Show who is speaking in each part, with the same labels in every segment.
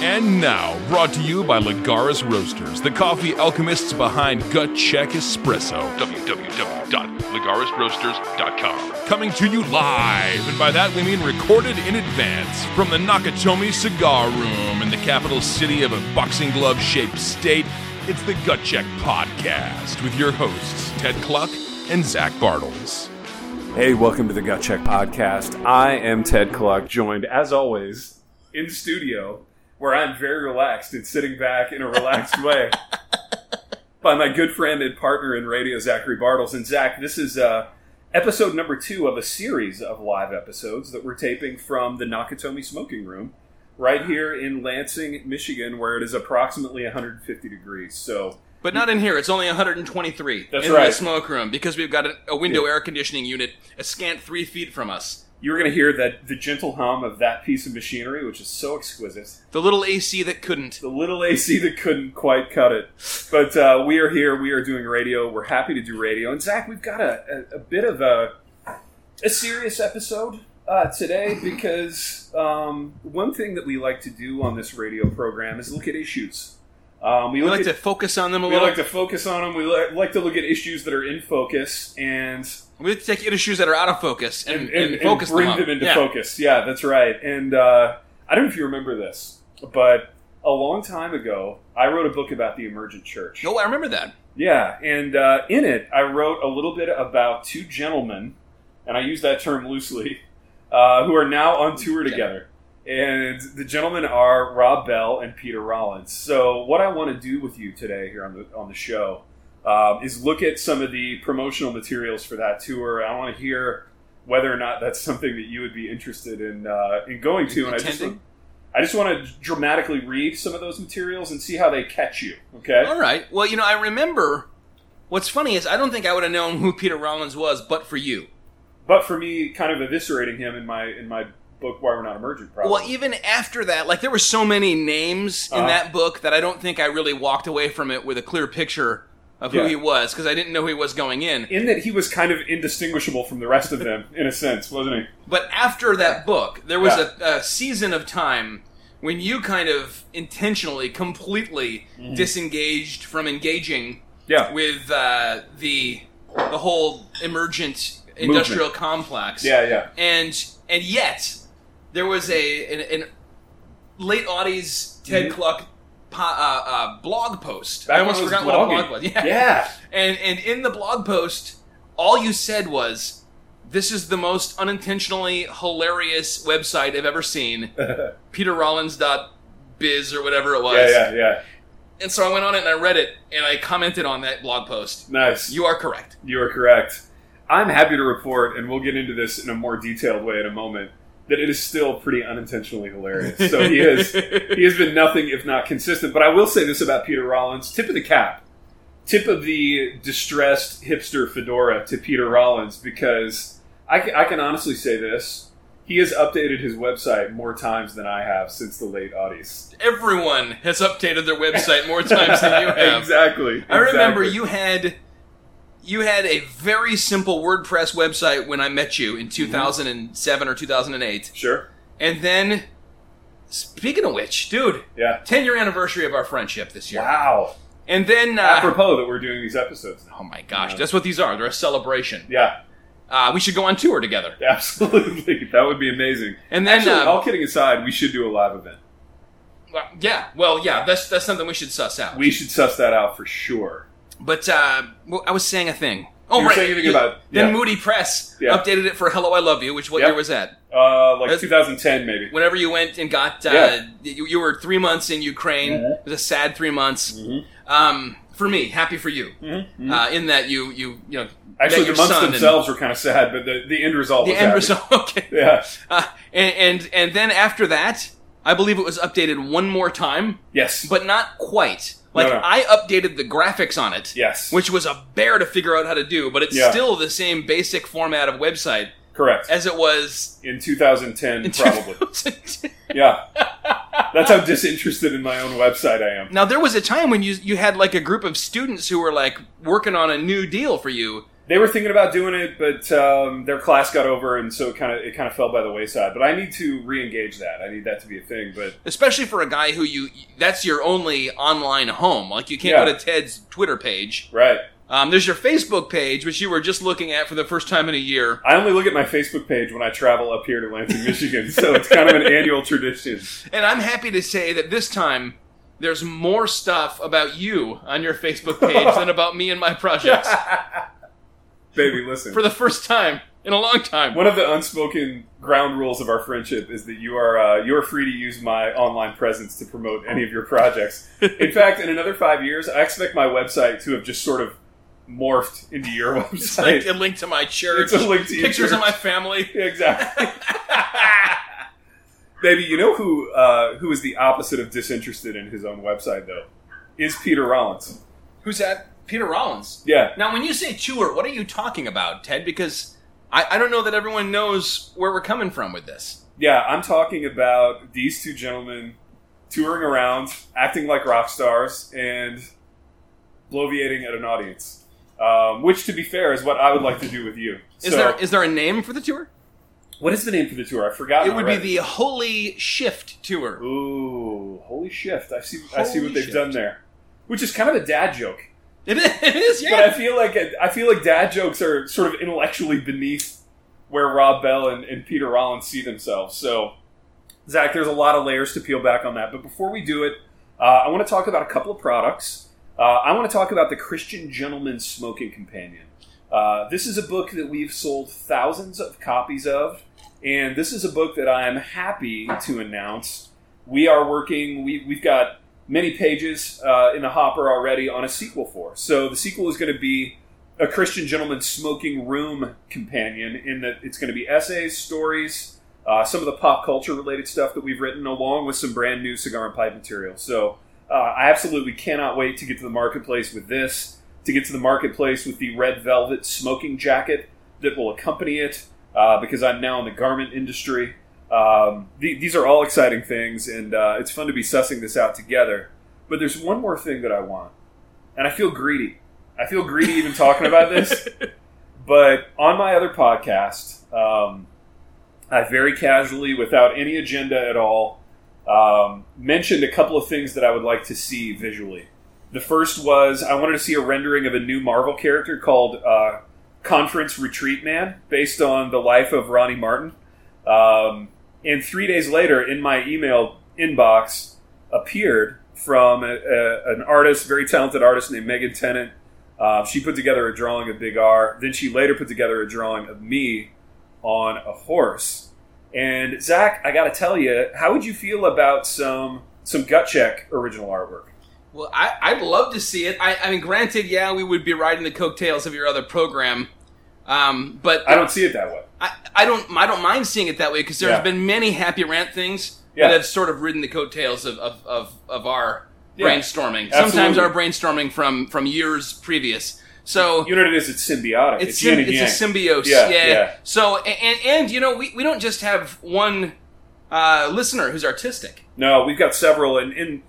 Speaker 1: Now, brought to you by Lagaris Roasters, the coffee alchemists behind Gut Check Espresso. www.lagarisroasters.com. Coming to you live, and by that we mean recorded in advance, from the Nakatomi Cigar Room in the capital city of a boxing glove shaped state. It's the Gut Check Podcast with your hosts, Ted Cluck and Zach Bartles.
Speaker 2: Hey, welcome to the Gut Check Podcast. I am Ted Cluck, joined as always in studio, where I'm very relaxed and sitting back in a relaxed way by my good friend and partner in radio, Zachary Bartles. And Zach, this is uh, episode number two of a series of live episodes that we're taping from the Nakatomi Smoking Room right here in Lansing, Michigan, where it is approximately 150 degrees. So,
Speaker 3: But not in here. It's only 123
Speaker 2: That's
Speaker 3: in
Speaker 2: right.
Speaker 3: the smoke room because we've got a, a window air conditioning unit a scant three feet from us.
Speaker 2: you're going to hear that the gentle hum of that piece of machinery, which is so exquisite.
Speaker 3: The little AC that couldn't.
Speaker 2: the little AC that couldn't quite cut it. But uh, we are here. We are doing radio. We're happy to do radio. And Zach, we've got a, a, a bit of a a serious episode uh, today because um, one thing that we like to do on this radio program is look at issues. Um,
Speaker 3: We
Speaker 2: look
Speaker 3: like
Speaker 2: at-
Speaker 3: to focus on them a
Speaker 2: we
Speaker 3: little.
Speaker 2: like to focus on them. We li- like to look at issues that are in focus and
Speaker 3: we like to take issues that are out of focus and,
Speaker 2: and, and, and
Speaker 3: focus
Speaker 2: bring
Speaker 3: them,
Speaker 2: them,
Speaker 3: up.
Speaker 2: into
Speaker 3: Yeah.
Speaker 2: focus. Yeah, that's right. And uh, I don't know if you remember this, but a long time ago, I wrote a book about the emergent church.
Speaker 3: Oh, I remember that.
Speaker 2: Yeah, and uh, in it, I wrote a little bit about two gentlemen, and I use that term loosely, uh, who are now on tour together. And the gentlemen are Rob Bell and Peter Rollins. So, what I want to do with you today here on the on the show um, is look at some of the promotional materials for that tour. I want to hear whether or not that's something that you would be interested in uh, in going to. And I just
Speaker 3: Attending?
Speaker 2: I just want to dramatically read some of those materials and see how they catch you. Okay.
Speaker 3: All right. Well, you know, I remember. What's funny is I don't think I would have known who Peter Rollins was, but for you.
Speaker 2: but for me, kind of eviscerating him in my in my book, why we're not emergent. Probably.
Speaker 3: Well, even after that, like there were so many names in
Speaker 2: Uh-huh.
Speaker 3: that book that I don't think I really walked away from it with a clear picture of who
Speaker 2: Yeah.
Speaker 3: he was because I didn't know who he was going in.
Speaker 2: in that he was kind of indistinguishable from the rest of them, in a sense, wasn't he?
Speaker 3: But after that book, there was
Speaker 2: Yeah.
Speaker 3: a, a season of time when you kind of intentionally, completely
Speaker 2: Mm-hmm.
Speaker 3: disengaged from engaging
Speaker 2: Yeah,
Speaker 3: with uh, the the whole emergent industrial complex.
Speaker 2: yeah, yeah.
Speaker 3: And and yet there was a an, an late Audie's
Speaker 2: Mhm.
Speaker 3: Ted Cluck po- uh, uh, blog post.
Speaker 2: Back
Speaker 3: I almost
Speaker 2: when I was
Speaker 3: forgot what a blog
Speaker 2: blogging.
Speaker 3: was.
Speaker 2: Yeah,
Speaker 3: And and in the blog post, all you said was, "This is the most unintentionally hilarious website I've ever seen." PeterRollins.biz or whatever it was.
Speaker 2: yeah, yeah, yeah.
Speaker 3: And so I went on it and I read it and I commented on that blog post.
Speaker 2: Nice.
Speaker 3: You are correct.
Speaker 2: You are correct. I'm happy to report, and we'll get into this in a more detailed way in a moment, that it is still pretty unintentionally hilarious. So he is he has been nothing if not consistent. But I will say this about Peter Rollins: tip of the cap, tip of the distressed hipster fedora to Peter Rollins, because I can, I can honestly say this: he has updated his website more times than I have since the late aughties.
Speaker 3: Everyone has updated their website more times than you have.
Speaker 2: exactly.
Speaker 3: I remember
Speaker 2: exactly.
Speaker 3: you had you had a very simple WordPress website when I met you
Speaker 2: Mm-hmm.
Speaker 3: in 2007 or 2008.
Speaker 2: Sure.
Speaker 3: And then, speaking of which, dude,
Speaker 2: Yeah.
Speaker 3: 10 year anniversary of our friendship this year.
Speaker 2: Wow.
Speaker 3: And then, uh,
Speaker 2: Apropos that we're doing these episodes.
Speaker 3: oh my gosh, that's what these are. They're a celebration.
Speaker 2: Yeah.
Speaker 3: Uh, we should go on tour together.
Speaker 2: Absolutely, that would be amazing.
Speaker 3: And then,
Speaker 2: Actually, oh.
Speaker 3: um,
Speaker 2: all kidding aside, we should do a live event.
Speaker 3: well, yeah, well, yeah, that's that's something we should suss out.
Speaker 2: We should suss that out for sure.
Speaker 3: but uh, well, I was saying a thing. Oh,
Speaker 2: You were
Speaker 3: right.
Speaker 2: saying a thing
Speaker 3: You-
Speaker 2: about-
Speaker 3: then
Speaker 2: yeah.
Speaker 3: Moody Press
Speaker 2: Yeah.
Speaker 3: updated it for "Hello, I Love You," which what
Speaker 2: Yep.
Speaker 3: year was that?
Speaker 2: Uh, like
Speaker 3: That's-
Speaker 2: 2010, maybe.
Speaker 3: Whenever you went and got, uh,
Speaker 2: Yeah.
Speaker 3: you, you were three months in Ukraine. It was a sad three months.
Speaker 2: Mm-hmm.
Speaker 3: Um, for me, happy for you. Uh, in that you you you know
Speaker 2: Actually,
Speaker 3: met your
Speaker 2: the months
Speaker 3: son and-
Speaker 2: themselves were kind of sad, but the, the end result.
Speaker 3: the
Speaker 2: was
Speaker 3: end
Speaker 2: happy.
Speaker 3: result. Okay.
Speaker 2: Yeah.
Speaker 3: Uh, and, and and then after that, I believe it was updated one more time,
Speaker 2: Yes.
Speaker 3: but not quite. Like
Speaker 2: No, no.
Speaker 3: I updated the graphics on it,
Speaker 2: yes.
Speaker 3: which was a bear to figure out how to do, but it's
Speaker 2: Yeah.
Speaker 3: still the same basic format of website
Speaker 2: correct
Speaker 3: as it was
Speaker 2: in 2010,
Speaker 3: in
Speaker 2: probably.
Speaker 3: 2010.
Speaker 2: yeah. That's how disinterested in my own website I am.
Speaker 3: Now there was a time when you you had like a group of students who were like working on a new deal for you
Speaker 2: They were thinking about doing it, but um, their class got over, and so it kind of it kind of fell by the wayside. But I need to re-engage that. I need that to be a thing. But
Speaker 3: especially for a guy who you that's your only online home. Like you can't
Speaker 2: Yeah.
Speaker 3: go to Ted's Twitter page.
Speaker 2: right,
Speaker 3: Um, there's your Facebook page, which you were just looking at for the first time in a year.
Speaker 2: I only look at my Facebook page when I travel up here to Lansing, Michigan. So it's kind of an annual tradition.
Speaker 3: And I'm happy to say that this time there's more stuff about you on your Facebook page than about me and my projects
Speaker 2: Baby, listen.
Speaker 3: for the first time in a long time.
Speaker 2: One of the unspoken ground rules of our friendship is that you are uh, you are free to use my online presence to promote any of your projects. In fact, in another five years, I expect my website to have just sort of morphed into your
Speaker 3: It's like
Speaker 2: website.
Speaker 3: a link to my church,
Speaker 2: It's a link to your
Speaker 3: pictures of
Speaker 2: church.
Speaker 3: my family.
Speaker 2: Yeah, exactly. Baby, you know who uh, who is the opposite of disinterested in his own website though is Peter Rollins.
Speaker 3: Who's that? Peter Rollins.
Speaker 2: Yeah,
Speaker 3: Now, when you say tour, what are you talking about, Ted? Because I, I don't know that everyone knows where we're coming from with this.
Speaker 2: yeah. I'm talking about these two gentlemen touring around, acting like rock stars, and bloviating at an audience. Um, which, to be fair, is what I would like to do with you.
Speaker 3: Is
Speaker 2: So-
Speaker 3: there is there a name for the tour?
Speaker 2: what is the name for the tour? I forgot.
Speaker 3: It would be the Holy Shift Tour.
Speaker 2: Ooh, holy shift! I see. I see
Speaker 3: Holy
Speaker 2: what they've
Speaker 3: shift.
Speaker 2: done there, which is kind of a dad joke.
Speaker 3: It is, it is yeah.
Speaker 2: But I feel like I feel like dad jokes are sort of intellectually beneath where Rob Bell and, and Peter Rollins see themselves. So, Zach, there's a lot of layers to peel back on that. But before we do it, uh, I want to talk about a couple of products. Uh, I want to talk about the Christian Gentleman Smoking Companion. Uh, this is a book that we've sold thousands of copies of, and this is a book that I am happy to announce. We are working. We, we've got many pages uh, in the hopper already on a sequel for. So the sequel is going to be a Christian gentleman smoking room companion in that it's going to be essays, stories, uh, some of the pop culture related stuff that we've written, along with some brand new cigar and pipe material. So uh, I absolutely cannot wait to get to the marketplace with this, to get to the marketplace with the red velvet smoking jacket that will accompany it, uh, because I'm now in the garment industry. Um, the, these are all exciting things, and uh, it's fun to be sussing this out together. But there's one more thing that I want, and I feel greedy. I feel greedy even talking about this. But on my other podcast, um, I very casually, without any agenda at all, um, mentioned a couple of things that I would like to see visually. The first was I wanted to see a rendering of a new Marvel character called uh, Conference Retreat Man, based on the life of Ronnie Martin. Um, and three days later, in my email inbox, appeared from a, a, an artist, very talented artist named Megan Tennant. Uh, she put together a drawing of Big R. Then she later put together a drawing of me on a horse. And Zach, I got to tell you, how would you feel about some some gut check original artwork?
Speaker 3: Well, I, I'd love to see it. I, I mean, granted, yeah, we would be riding the coattails of your other program, um, but
Speaker 2: I don't see it that way.
Speaker 3: I, I don't I don't mind seeing it that way because there's
Speaker 2: Yeah.
Speaker 3: been many happy rant things
Speaker 2: Yeah.
Speaker 3: that have sort of ridden the coattails of of, of, of our
Speaker 2: Yeah.
Speaker 3: brainstorming. Sometimes
Speaker 2: Absolutely.
Speaker 3: our brainstorming from from years previous. So
Speaker 2: You know what it is? It's symbiotic. It's,
Speaker 3: it's
Speaker 2: yin
Speaker 3: sym-
Speaker 2: and yang.
Speaker 3: it's a symbiosis.
Speaker 2: Yeah,
Speaker 3: Yeah.
Speaker 2: yeah.
Speaker 3: So a- and and you know we, we don't just have one uh, listener who's artistic.
Speaker 2: no, we've got several. And, and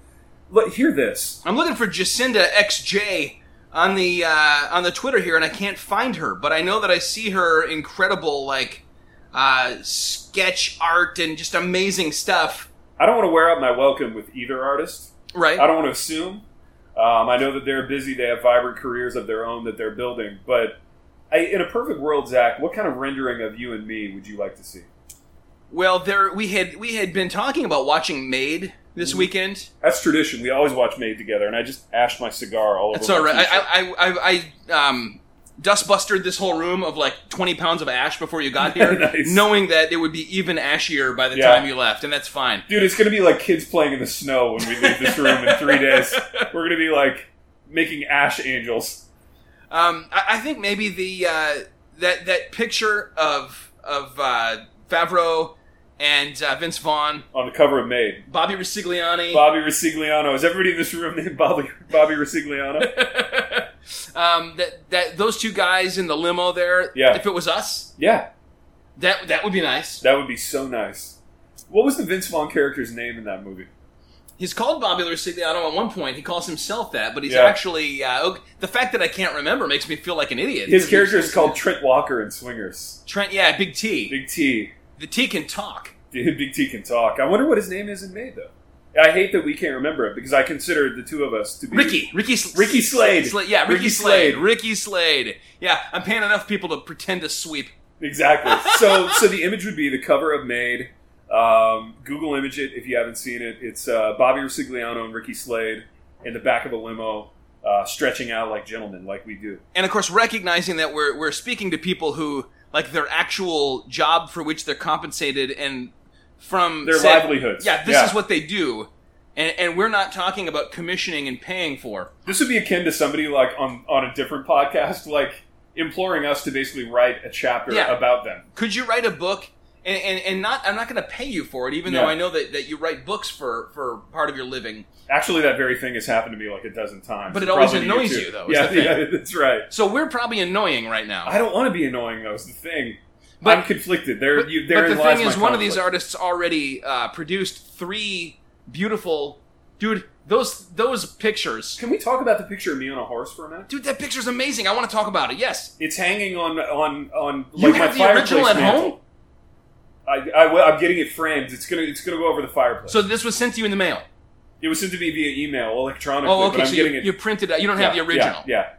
Speaker 2: look, hear this.
Speaker 3: I'm looking for Jacinda XJ on the uh, on the Twitter here, and I can't find her. But I know that I see her incredible like uh, sketch art and just amazing stuff.
Speaker 2: I don't want to wear out my welcome with either artist.
Speaker 3: Right.
Speaker 2: I don't want to assume. Um, I know that they're busy. They have vibrant careers of their own that they're building. But I, in a perfect world, Zach, what kind of rendering of you and me would you like to see?
Speaker 3: Well, there we had we had been talking about watching Made this
Speaker 2: Mm-hmm.
Speaker 3: weekend.
Speaker 2: That's tradition. We always watch Made together, and I just ashed my cigar all over.
Speaker 3: That's
Speaker 2: my
Speaker 3: all right.
Speaker 2: t-shirt.
Speaker 3: I I I, I um, dustbustered this whole room of like 20 pounds of ash before you got here,
Speaker 2: Nice.
Speaker 3: knowing that it would be even ashier by the
Speaker 2: Yeah.
Speaker 3: time you left, and that's fine.
Speaker 2: Dude, it's gonna be like kids playing in the snow when we leave this room in three days. We're gonna be like making ash angels.
Speaker 3: Um, I, I think maybe the uh, that that picture of of uh, Favreau and uh, Vince Vaughn,
Speaker 2: on the cover of Made.
Speaker 3: Bobby Resigliani,
Speaker 2: Bobby Resigliano. Is everybody in this room named Bobby Bobby Resigliano?
Speaker 3: um, that that those two guys in the limo there.
Speaker 2: Yeah.
Speaker 3: If it was us,
Speaker 2: yeah,
Speaker 3: that that would be nice.
Speaker 2: that would be so nice. What was the Vince Vaughn character's name in that movie?
Speaker 3: He's called Bobby Luciano at one point. He calls himself that, but he's
Speaker 2: Yeah.
Speaker 3: actually uh, ok- the fact that I can't remember makes me feel like an idiot.
Speaker 2: His character is called Trent Walker in Swingers.
Speaker 3: Trent. Yeah, Big T.
Speaker 2: Big T.
Speaker 3: the T can talk.
Speaker 2: Dude, Big T can talk. I wonder what his name is in Made though. I hate that we can't remember it because I consider the two of us to be
Speaker 3: Ricky, Ricky, Sl-
Speaker 2: Ricky Slade.
Speaker 3: Sla- yeah, Ricky,
Speaker 2: Ricky
Speaker 3: Slade.
Speaker 2: Slade.
Speaker 3: Ricky Slade. Yeah, I'm paying enough people to pretend to sweep.
Speaker 2: Exactly. So, so the image would be the cover of Made. Um, Google image it if you haven't seen it. It's uh, Bobby Rusigliano and Ricky Slade in the back of a limo, uh, stretching out like gentlemen, like we do.
Speaker 3: and of course recognizing that we're we're speaking to people who like their actual job for which they're compensated and from
Speaker 2: Their
Speaker 3: said-
Speaker 2: livelihoods.
Speaker 3: Yeah, this
Speaker 2: Yeah.
Speaker 3: is what they do, and and we're not talking about commissioning and paying for.
Speaker 2: This would be akin to somebody like on on a different podcast, like imploring us to basically write a chapter
Speaker 3: Yeah.
Speaker 2: about them.
Speaker 3: Could you write a book? And, and, and not I'm not going to pay you for it, even
Speaker 2: Yeah.
Speaker 3: though I know that, that you write books for, for part of your living.
Speaker 2: Actually, that very thing has happened to me like a dozen times.
Speaker 3: But it always
Speaker 2: Probably to
Speaker 3: annoys
Speaker 2: too.
Speaker 3: you, though, is
Speaker 2: Yeah,
Speaker 3: the thing.
Speaker 2: yeah, that's right.
Speaker 3: So we're probably annoying right now.
Speaker 2: I don't want to be annoying though. Is the thing.
Speaker 3: But-
Speaker 2: I'm conflicted. There,
Speaker 3: But-
Speaker 2: you,
Speaker 3: but
Speaker 2: therein
Speaker 3: the
Speaker 2: lies
Speaker 3: thing
Speaker 2: my
Speaker 3: is, one of these
Speaker 2: conflict.
Speaker 3: artists already uh, produced three beautiful, dude. Those those pictures,
Speaker 2: Can we talk about the picture of me on a horse for a minute?
Speaker 3: dude. That picture's amazing. I want to talk about it. Yes,
Speaker 2: It's hanging on on on
Speaker 3: You
Speaker 2: like
Speaker 3: have
Speaker 2: my
Speaker 3: the
Speaker 2: fireplace
Speaker 3: original at
Speaker 2: mantle.
Speaker 3: home?
Speaker 2: I, I will- I'm getting it framed. It's gonna it's gonna go over the fireplace.
Speaker 3: So this was sent to you in the mail.
Speaker 2: it was sent to me via email electronically,
Speaker 3: Oh,
Speaker 2: but
Speaker 3: okay.
Speaker 2: I'm
Speaker 3: So you,
Speaker 2: getting it.
Speaker 3: you printed out. You don't
Speaker 2: yeah,
Speaker 3: have the original,
Speaker 2: Yeah,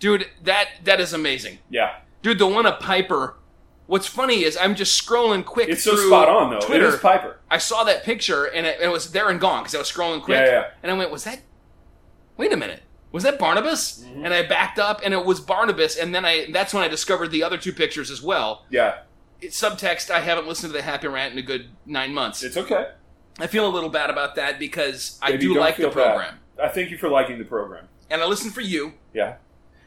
Speaker 3: dude. That that is amazing,
Speaker 2: yeah,
Speaker 3: dude. The one of Piper. What's funny is I'm just scrolling quick.
Speaker 2: yeah. It's so
Speaker 3: through
Speaker 2: spot on though.
Speaker 3: Twitter.
Speaker 2: It is Piper.
Speaker 3: I saw that picture and it, it was there and gone because I was scrolling quick.
Speaker 2: Yeah, yeah, yeah.
Speaker 3: And I went, was that? Wait a minute, was that Barnabas?
Speaker 2: Mm-hmm.
Speaker 3: And I backed up and it was Barnabas. And then I that's when I discovered the other two pictures as well.
Speaker 2: Yeah,
Speaker 3: It's subtext. I haven't listened to the Happy Rant in a good nine months.
Speaker 2: it's okay.
Speaker 3: I feel a little bad about that because I
Speaker 2: Baby,
Speaker 3: do
Speaker 2: don't
Speaker 3: like the
Speaker 2: feel bad.
Speaker 3: program
Speaker 2: I thank you for liking the program.
Speaker 3: and I listen for you.
Speaker 2: Yeah,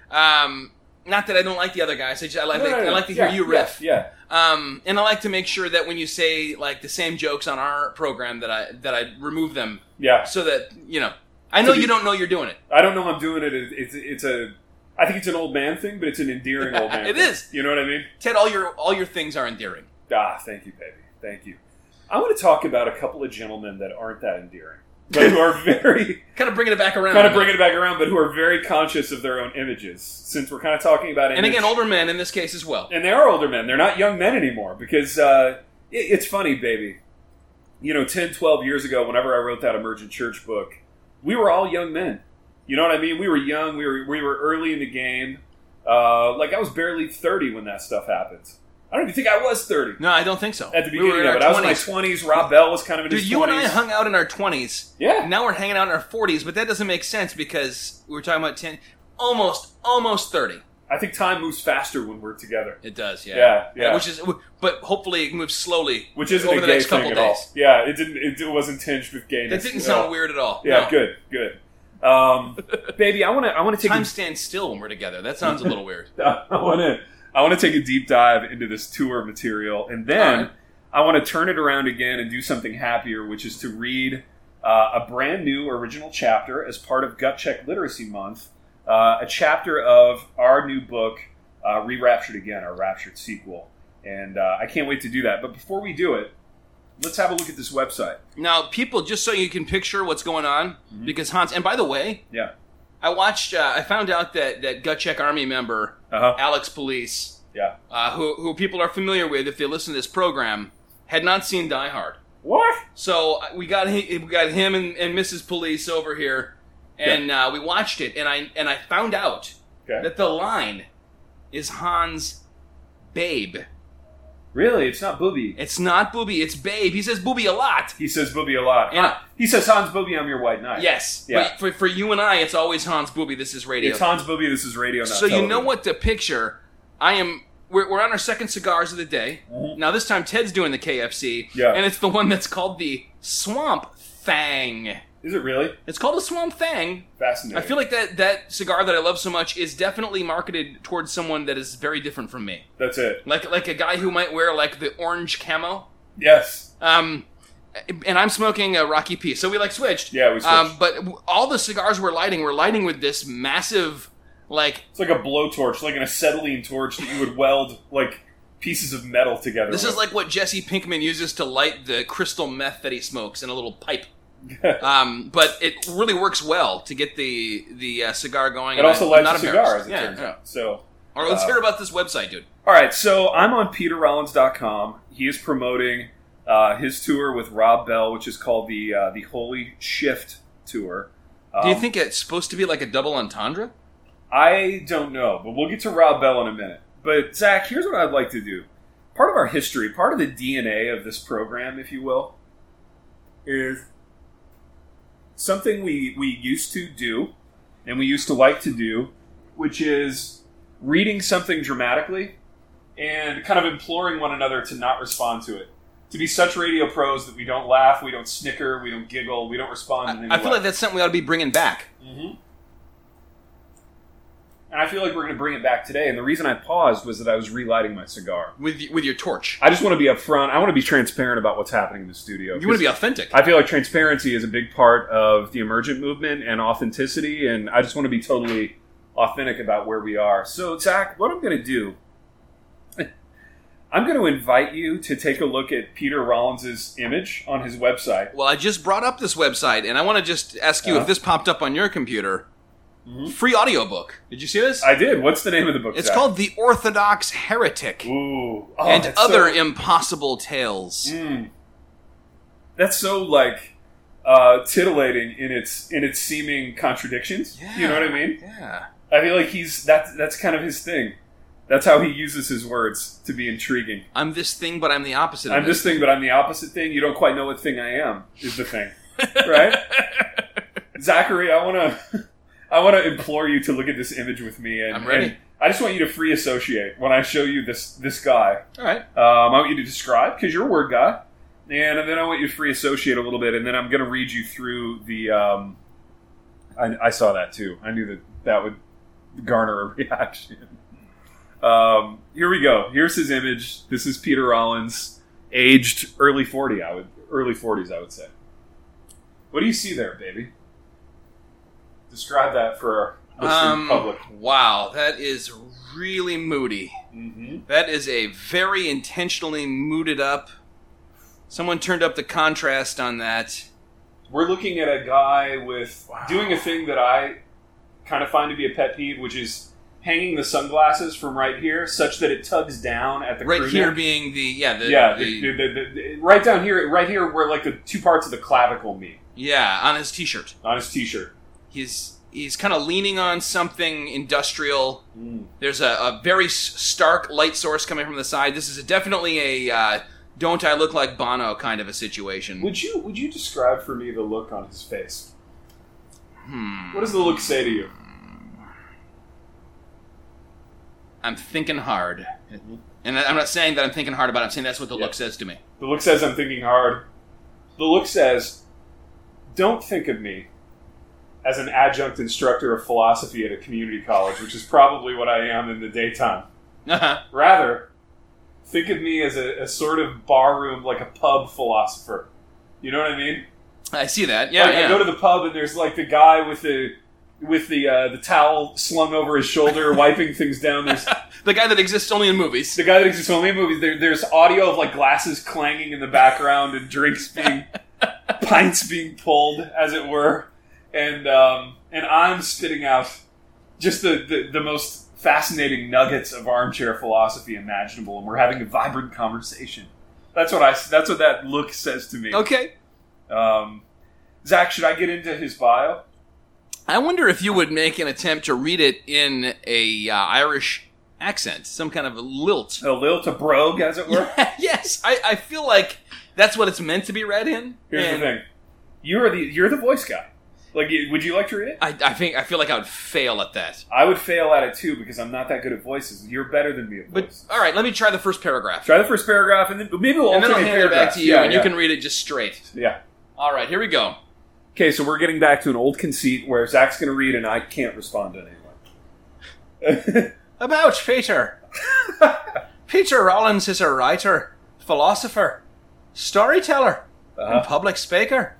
Speaker 3: Um, not that I don't like the other guys. I just I like
Speaker 2: No,
Speaker 3: to,
Speaker 2: no, no,
Speaker 3: I like to
Speaker 2: yeah,
Speaker 3: hear you
Speaker 2: yeah,
Speaker 3: riff.
Speaker 2: Yeah,
Speaker 3: Um, and I like to make sure that when you say like the same jokes on our program that I that I remove them
Speaker 2: yeah.
Speaker 3: so that you know. I know
Speaker 2: To be-
Speaker 3: you don't know you're doing it.
Speaker 2: I don't know. I'm doing it. It- It's it's a. I think it's an old man thing, but it's an endearing old man.
Speaker 3: It
Speaker 2: thing.
Speaker 3: is.
Speaker 2: You know what I mean?
Speaker 3: Ted, all your all your things are endearing.
Speaker 2: Ah, thank you, baby. Thank you. I want to talk about a couple of gentlemen that aren't that endearing, but who are very
Speaker 3: Kind of bringing it back around.
Speaker 2: kind of bringing it back around, but who are very conscious of their own images. Since we're kind of talking about
Speaker 3: And
Speaker 2: image-
Speaker 3: again, older men in this case as well.
Speaker 2: and they are older men. They're not young men anymore because uh, it, it's funny, baby. You know, 10, 12 years ago, whenever I wrote that Emergent Church book, we were all young men. You know what I mean? We were young. We were we were early in the game. Uh, like I was barely thirty when that stuff happened. I don't even think I was thirty
Speaker 3: No, I don't think so.
Speaker 2: at the
Speaker 3: We
Speaker 2: beginning
Speaker 3: were in
Speaker 2: of it.
Speaker 3: our
Speaker 2: I was in my
Speaker 3: 20s.
Speaker 2: twenties. Rob Bell was kind of in
Speaker 3: Dude,
Speaker 2: his
Speaker 3: you and I
Speaker 2: 20s.
Speaker 3: hung out in our twenties.
Speaker 2: Yeah,
Speaker 3: Now we're hanging out in our forties, but that doesn't make sense because we were talking about ten, almost almost thirty.
Speaker 2: I think time moves faster when we're together.
Speaker 3: It does, yeah,
Speaker 2: Yeah, yeah.
Speaker 3: Which is, but hopefully it moves slowly.
Speaker 2: Which isn't
Speaker 3: over
Speaker 2: a
Speaker 3: the
Speaker 2: gay
Speaker 3: next couple
Speaker 2: thing at
Speaker 3: days.
Speaker 2: all. Yeah, it didn't. It, it wasn't tinged with gayness.
Speaker 3: That didn't
Speaker 2: at
Speaker 3: sound
Speaker 2: all.
Speaker 3: weird at all.
Speaker 2: Yeah,
Speaker 3: No.
Speaker 2: good, good. Um, baby, I want to. I want to take.
Speaker 3: Time
Speaker 2: A,
Speaker 3: stands still when we're together. That sounds a little weird.
Speaker 2: I want to. I want to take a deep dive into this tour material, and then
Speaker 3: All right.
Speaker 2: I want to turn it around again and do something happier, which is to read uh, a brand new original chapter as part of Gut Check Literacy Month. Uh, a chapter of our new book, uh, Re-Raptured Again, our Raptured sequel, and uh, I can't wait to do that. But before we do it, let's have a look at this website.
Speaker 3: Now, people, just so you can picture what's going on, because Hans. And by the way,
Speaker 2: Mm-hmm. Yeah.
Speaker 3: I watched. Uh, I found out that that gut check army member
Speaker 2: Uh huh.
Speaker 3: Alex Police,
Speaker 2: Yeah.
Speaker 3: uh, who who people are familiar with if they listen to this program, had not seen Die Hard.
Speaker 2: What?
Speaker 3: So uh, we got hi- we got him and, and Mrs. Police over here, and uh, we watched it, and I and I found out
Speaker 2: Okay.
Speaker 3: that the line is Hans. Babe.
Speaker 2: Really? It's not booby.
Speaker 3: It's not booby, it's babe. He says booby a lot.
Speaker 2: He says booby a lot.
Speaker 3: Yeah.
Speaker 2: He says Hans Booby, I'm your white knight.
Speaker 3: Yes.
Speaker 2: Yeah.
Speaker 3: But for, for you and I, it's always Hans Booby, this is radio.
Speaker 2: It's Hans Booby, this is radio, not
Speaker 3: so you know
Speaker 2: television.
Speaker 3: what to picture. I am. We're, we're on our second cigars of the day.
Speaker 2: Mm-hmm.
Speaker 3: Now this time Ted's doing the KFC.
Speaker 2: Yeah.
Speaker 3: And it's the one that's called the Swamp Fang.
Speaker 2: Is it really?
Speaker 3: It's called a Swamp Fang.
Speaker 2: Fascinating.
Speaker 3: I feel like that that cigar that I love so much is definitely marketed towards someone that is very different from me.
Speaker 2: That's it.
Speaker 3: Like like a guy who might wear like the orange camo.
Speaker 2: Yes.
Speaker 3: Um, and I'm smoking a Rocky P. So we like switched.
Speaker 2: Yeah, we switched.
Speaker 3: Um, but w- all the cigars we're lighting, we're lighting with this massive, like
Speaker 2: It's like a blowtorch, like an acetylene torch that you would weld, like, pieces of metal together
Speaker 3: this
Speaker 2: with.
Speaker 3: is like what Jesse Pinkman uses to light the crystal meth that he smokes in a little pipe. um, but it really works well to get the the uh, cigar going.
Speaker 2: It
Speaker 3: and
Speaker 2: also
Speaker 3: I'm
Speaker 2: lights
Speaker 3: not
Speaker 2: a cigar,
Speaker 3: embarrassed.
Speaker 2: as it
Speaker 3: yeah,
Speaker 2: turns
Speaker 3: yeah.
Speaker 2: out. So,
Speaker 3: All right, let's
Speaker 2: Uh,
Speaker 3: hear about this website, dude.
Speaker 2: all right. So I'm on PeterRollins.com. He is promoting uh, his tour with Rob Bell, which is called the uh, the Holy Shift Tour.
Speaker 3: Do you
Speaker 2: Um,
Speaker 3: think it's supposed to be like a double entendre?
Speaker 2: I don't know, but we'll get to Rob Bell in a minute. But Zach, here's what I'd like to do. Part of our history, part of the DNA of this program, if you will, is something we we used to do and we used to like to do, which is reading something dramatically and kind of imploring one another to not respond to it. To be such radio pros that we don't laugh, we don't snicker, we don't giggle, we don't respond. in
Speaker 3: I,
Speaker 2: any
Speaker 3: I feel
Speaker 2: way.
Speaker 3: like that's something we ought to be bringing back.
Speaker 2: Mm-hmm. And I feel like we're going to bring it back today. And the reason I paused was that I was relighting my cigar.
Speaker 3: with y- with your torch.
Speaker 2: I just want to be upfront. I want to be transparent about what's happening in the studio.
Speaker 3: You want to be authentic.
Speaker 2: I feel like transparency is a big part of the emergent movement and authenticity, and I just want to be totally authentic about where we are. So, Zach, what I'm going to do, I'm going to invite you to take a look at Peter Rollins' image on his website.
Speaker 3: well, I just brought up this website, and I want to just ask you
Speaker 2: Uh-huh.
Speaker 3: if this popped up on your computer.
Speaker 2: Mhm.
Speaker 3: Free audiobook. Did you see this?
Speaker 2: I did. What's the name of the book?
Speaker 3: it's
Speaker 2: Zach?
Speaker 3: called The Orthodox Heretic
Speaker 2: Ooh, Oh,
Speaker 3: and
Speaker 2: that's so-
Speaker 3: Other Impossible Tales.
Speaker 2: Mm. That's so like uh, titillating in its in its seeming contradictions. You know what I mean?
Speaker 3: Yeah.
Speaker 2: I feel like he's that that's kind of his thing. That's how he uses his words to be intriguing.
Speaker 3: I'm this thing, but I'm the opposite
Speaker 2: I'm
Speaker 3: of this.
Speaker 2: this thing, but I'm the opposite thing. You don't quite know what thing I am is the thing, right? Zachary, I wanna I wanna implore you to look at this image with me, and,
Speaker 3: I'm ready.
Speaker 2: and I just want you to free associate when I show you this this guy.
Speaker 3: All right.
Speaker 2: Um, I want you to describe because you're a word guy, and then I want you to free associate a little bit, and then I'm going to read you through the. Um, I, I saw that too. I knew that that would garner a reaction. Um, here we go. Here's his image. This is Peter Rollins, aged early forty. I would early forties. I would say. What do you see there, baby? Describe that for our listening
Speaker 3: Um,
Speaker 2: public.
Speaker 3: wow, that is really moody.
Speaker 2: Mm-hmm.
Speaker 3: That is a very intentionally mooted up. Someone turned up the contrast on that.
Speaker 2: we're looking at a guy with doing a thing that I kind of find to be a pet peeve, which is hanging the sunglasses from right here, such that it tugs down at the
Speaker 3: right
Speaker 2: crew
Speaker 3: here
Speaker 2: neck.
Speaker 3: being the yeah the,
Speaker 2: yeah,
Speaker 3: the-
Speaker 2: the, the, the, the- right down here, right here, where like the two parts of the clavicle meet
Speaker 3: yeah on his t-shirt.
Speaker 2: on his t-shirt.
Speaker 3: He's he's kind of leaning on something industrial. There's a, a very s- stark light source coming from the side. This is a, definitely a uh, don't I look like Bono kind of a situation.
Speaker 2: Would you would you describe for me the look on his face?
Speaker 3: hmm.
Speaker 2: What does the look say to you?
Speaker 3: I'm thinking hard, and I- I'm not saying that I'm thinking hard about. it. I'm saying that's what the
Speaker 2: Yeah.
Speaker 3: look says to me.
Speaker 2: The look says I'm thinking hard. The look says, don't think of me as an adjunct instructor of philosophy at a community college, which is probably what I am in the daytime.
Speaker 3: Uh-huh.
Speaker 2: Rather, think of me as a, a sort of barroom, like a pub philosopher. You know what I mean?
Speaker 3: I see that. Yeah,
Speaker 2: like
Speaker 3: yeah.
Speaker 2: I go to the pub and there's like the guy with the with the uh, the towel slung over his shoulder, wiping things down. There's
Speaker 3: the guy that exists only in movies.
Speaker 2: the guy that exists only in movies. There, there's audio of like glasses clanging in the background and drinks being pints being pulled, as it were, and um, and I'm spitting out just the, the the most fascinating nuggets of armchair philosophy imaginable, and we're having a vibrant conversation. That's what I. That's what that look says to me.
Speaker 3: Okay.
Speaker 2: Um, Zach, should I get into his bio?
Speaker 3: I wonder if you would make an attempt to read it in a uh, Irish accent, some kind of a lilt.
Speaker 2: A little to brogue, as it were.
Speaker 3: yes, I, I feel like that's what it's meant to be read in.
Speaker 2: Here's
Speaker 3: and
Speaker 2: the thing: you are the you're the voice guy. Like, you- would you like to read it?
Speaker 3: I, I think I feel like I would fail at that.
Speaker 2: I would fail at it too because I'm not that good at voices. You're better than me at
Speaker 3: But
Speaker 2: voices.
Speaker 3: all right, let me try the first paragraph,
Speaker 2: Try the first paragraph and then maybe we'll
Speaker 3: and then I'll
Speaker 2: alternate
Speaker 3: hand it back
Speaker 2: paragraphs.
Speaker 3: to you,
Speaker 2: yeah,
Speaker 3: and
Speaker 2: yeah.
Speaker 3: you can read it just straight.
Speaker 2: Yeah.
Speaker 3: All right, here we go.
Speaker 2: Okay, so we're getting back to an old conceit where Zach's going to read and I can't respond to anyone.
Speaker 3: About Peter. Peter Rollins is a writer, philosopher, storyteller, and
Speaker 2: Uh-huh.
Speaker 3: public speaker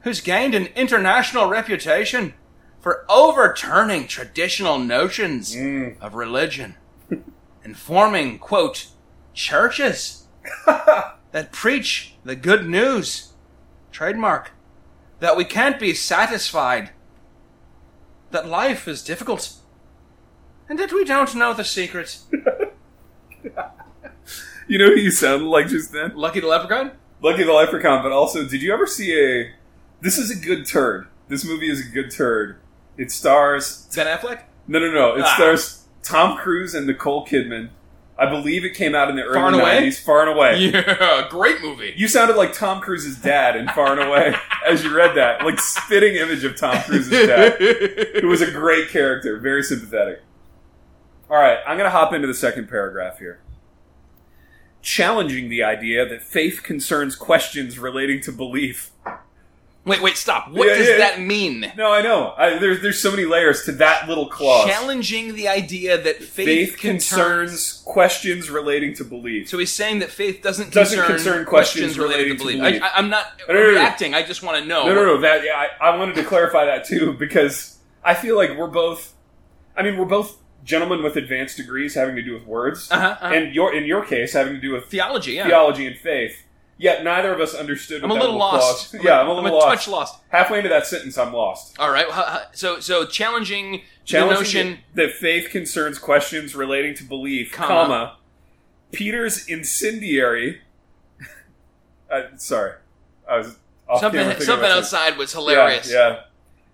Speaker 3: who's gained an international reputation for overturning traditional notions
Speaker 2: Mm.
Speaker 3: of religion and forming, quote, churches that preach the good news, trademark, that we can't be satisfied, that life is difficult, and that we don't know the secret.
Speaker 2: You know who you sounded like just then?
Speaker 3: Lucky the Leprechaun?
Speaker 2: Lucky the Leprechaun, but also, did you ever see a. This is a good turd. This movie is a good turd. It stars.
Speaker 3: Ben Affleck?
Speaker 2: No, no, no. It
Speaker 3: Ah.
Speaker 2: stars Tom Cruise and Nicole Kidman. I believe it came out in the early
Speaker 3: Far and Away?
Speaker 2: 90s. Far and Away.
Speaker 3: Yeah, great movie.
Speaker 2: You sounded like Tom Cruise's dad in Far and Away as you read that. Like, spitting image of Tom Cruise's dad. who was a great character, very sympathetic. All right, I'm going to hop into the second paragraph here. Challenging the idea that faith concerns questions relating to belief.
Speaker 3: wait, wait, stop. What
Speaker 2: Yeah,
Speaker 3: does
Speaker 2: yeah.
Speaker 3: that mean?
Speaker 2: No, I know. I, there's there's so many layers to that little clause.
Speaker 3: Challenging the idea that faith,
Speaker 2: faith
Speaker 3: can turn-
Speaker 2: concerns questions relating to belief.
Speaker 3: So he's saying that faith doesn't
Speaker 2: Doesn't
Speaker 3: concern,
Speaker 2: concern questions related to
Speaker 3: belief.
Speaker 2: belief.
Speaker 3: I, I, I'm not
Speaker 2: No, no, no, no.
Speaker 3: reacting. I just want to know.
Speaker 2: No, no, no. That yeah, I, I wanted to clarify that too because I feel like we're both. I mean, we're both gentlemen with advanced degrees having to do with words,
Speaker 3: Uh-huh, uh-huh.
Speaker 2: and your in your case having to do with
Speaker 3: Theology, yeah.
Speaker 2: theology and faith. Yet neither of us understood.
Speaker 3: I'm a
Speaker 2: what that
Speaker 3: little lost.
Speaker 2: clause- Yeah, I'm a little lost.
Speaker 3: touch lost.
Speaker 2: Halfway into that sentence, I'm lost.
Speaker 3: All right. well, h- h- So, so challenging,
Speaker 2: Challenging
Speaker 3: the notion.
Speaker 2: that faith concerns questions relating to belief, comma,
Speaker 3: Comma.
Speaker 2: Peter's incendiary. I, sorry, I was off camera
Speaker 3: Something,
Speaker 2: thinking
Speaker 3: something
Speaker 2: about
Speaker 3: outside was
Speaker 2: this.
Speaker 3: hilarious.
Speaker 2: Yeah, yeah,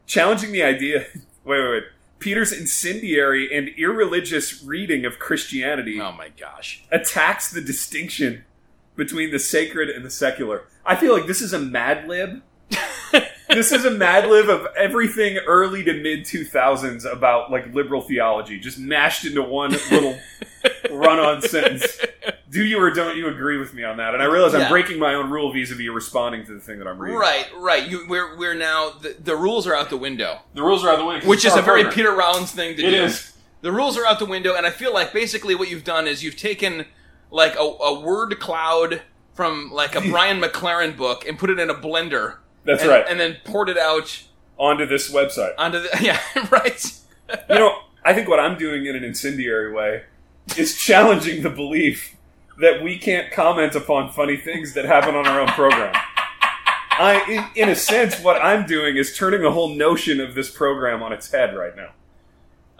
Speaker 2: challenging the idea. Wait, wait, wait. Peter's incendiary and irreligious reading of Christianity
Speaker 3: Oh my gosh.
Speaker 2: attacks the distinction between the sacred and the secular. I feel like this is a Mad Lib. this is a Mad Lib of everything early to mid 2000s about like liberal theology, just mashed into one little run on sentence. Do you or don't you agree with me on that? And I realize
Speaker 3: Yeah.
Speaker 2: I'm breaking my own rule vis a vis responding to the thing that I'm reading.
Speaker 3: Right, right. You, we're we're now the, the rules are out the window,
Speaker 2: The rules are out the way. 'cause
Speaker 3: which
Speaker 2: it's
Speaker 3: is
Speaker 2: our
Speaker 3: a very
Speaker 2: program.
Speaker 3: Peter Rollins thing to
Speaker 2: It
Speaker 3: do.
Speaker 2: is.
Speaker 3: The rules are out the window, and I feel like basically what you've done is you've taken like a, a word cloud from like a Brian McLaren book and put it in a blender.
Speaker 2: That's
Speaker 3: and-
Speaker 2: right.
Speaker 3: And then poured it out
Speaker 2: Onto this website.
Speaker 3: onto the yeah right.
Speaker 2: you know, I think what I'm doing in an incendiary way is challenging the belief that we can't comment upon funny things that happen on our own program. I, in, in a sense, what I'm doing is turning the whole notion of this program on its head right now.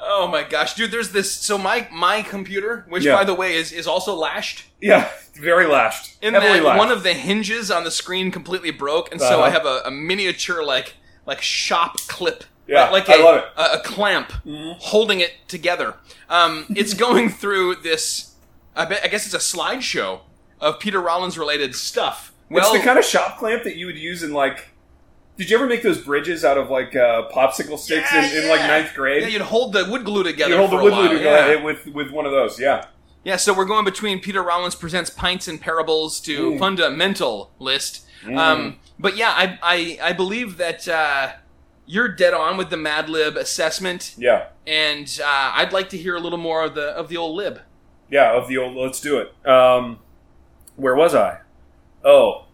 Speaker 3: Oh my gosh, dude! There's this. So my my computer, which
Speaker 2: Yeah.
Speaker 3: by the way is is also lashed.
Speaker 2: Yeah, very lashed.
Speaker 3: In
Speaker 2: heavily
Speaker 3: that
Speaker 2: lashed.
Speaker 3: one of the hinges on the screen completely broke, and so
Speaker 2: Uh-huh.
Speaker 3: I have a, a miniature like like shop clip,
Speaker 2: Yeah,
Speaker 3: like, like
Speaker 2: I
Speaker 3: a-
Speaker 2: love it. Mm-hmm.
Speaker 3: A, a clamp holding it together. Um, it's going through this. I, bet, I guess it's a slideshow of Peter Rollins related stuff. Well,
Speaker 2: it's the kind of shop clamp that you would use in like. Did you ever make those bridges out of like uh, popsicle sticks
Speaker 3: Yeah,
Speaker 2: in, in like
Speaker 3: yeah.
Speaker 2: ninth grade?
Speaker 3: yeah, you'd hold the wood glue together.
Speaker 2: You hold the
Speaker 3: for a
Speaker 2: wood glue
Speaker 3: while,
Speaker 2: together
Speaker 3: Yeah.
Speaker 2: with with one of those. Yeah,
Speaker 3: Yeah, so we're going between Peter Rollins presents pints and parables to
Speaker 2: Mm.
Speaker 3: fundamental list. Um, but yeah, I, I I believe that uh, you're dead on with the Mad Lib assessment,
Speaker 2: yeah.
Speaker 3: and uh, I'd like to hear a little more of the of the old lib.
Speaker 2: Yeah, of the old Let's Do It. Um, where was I? Oh.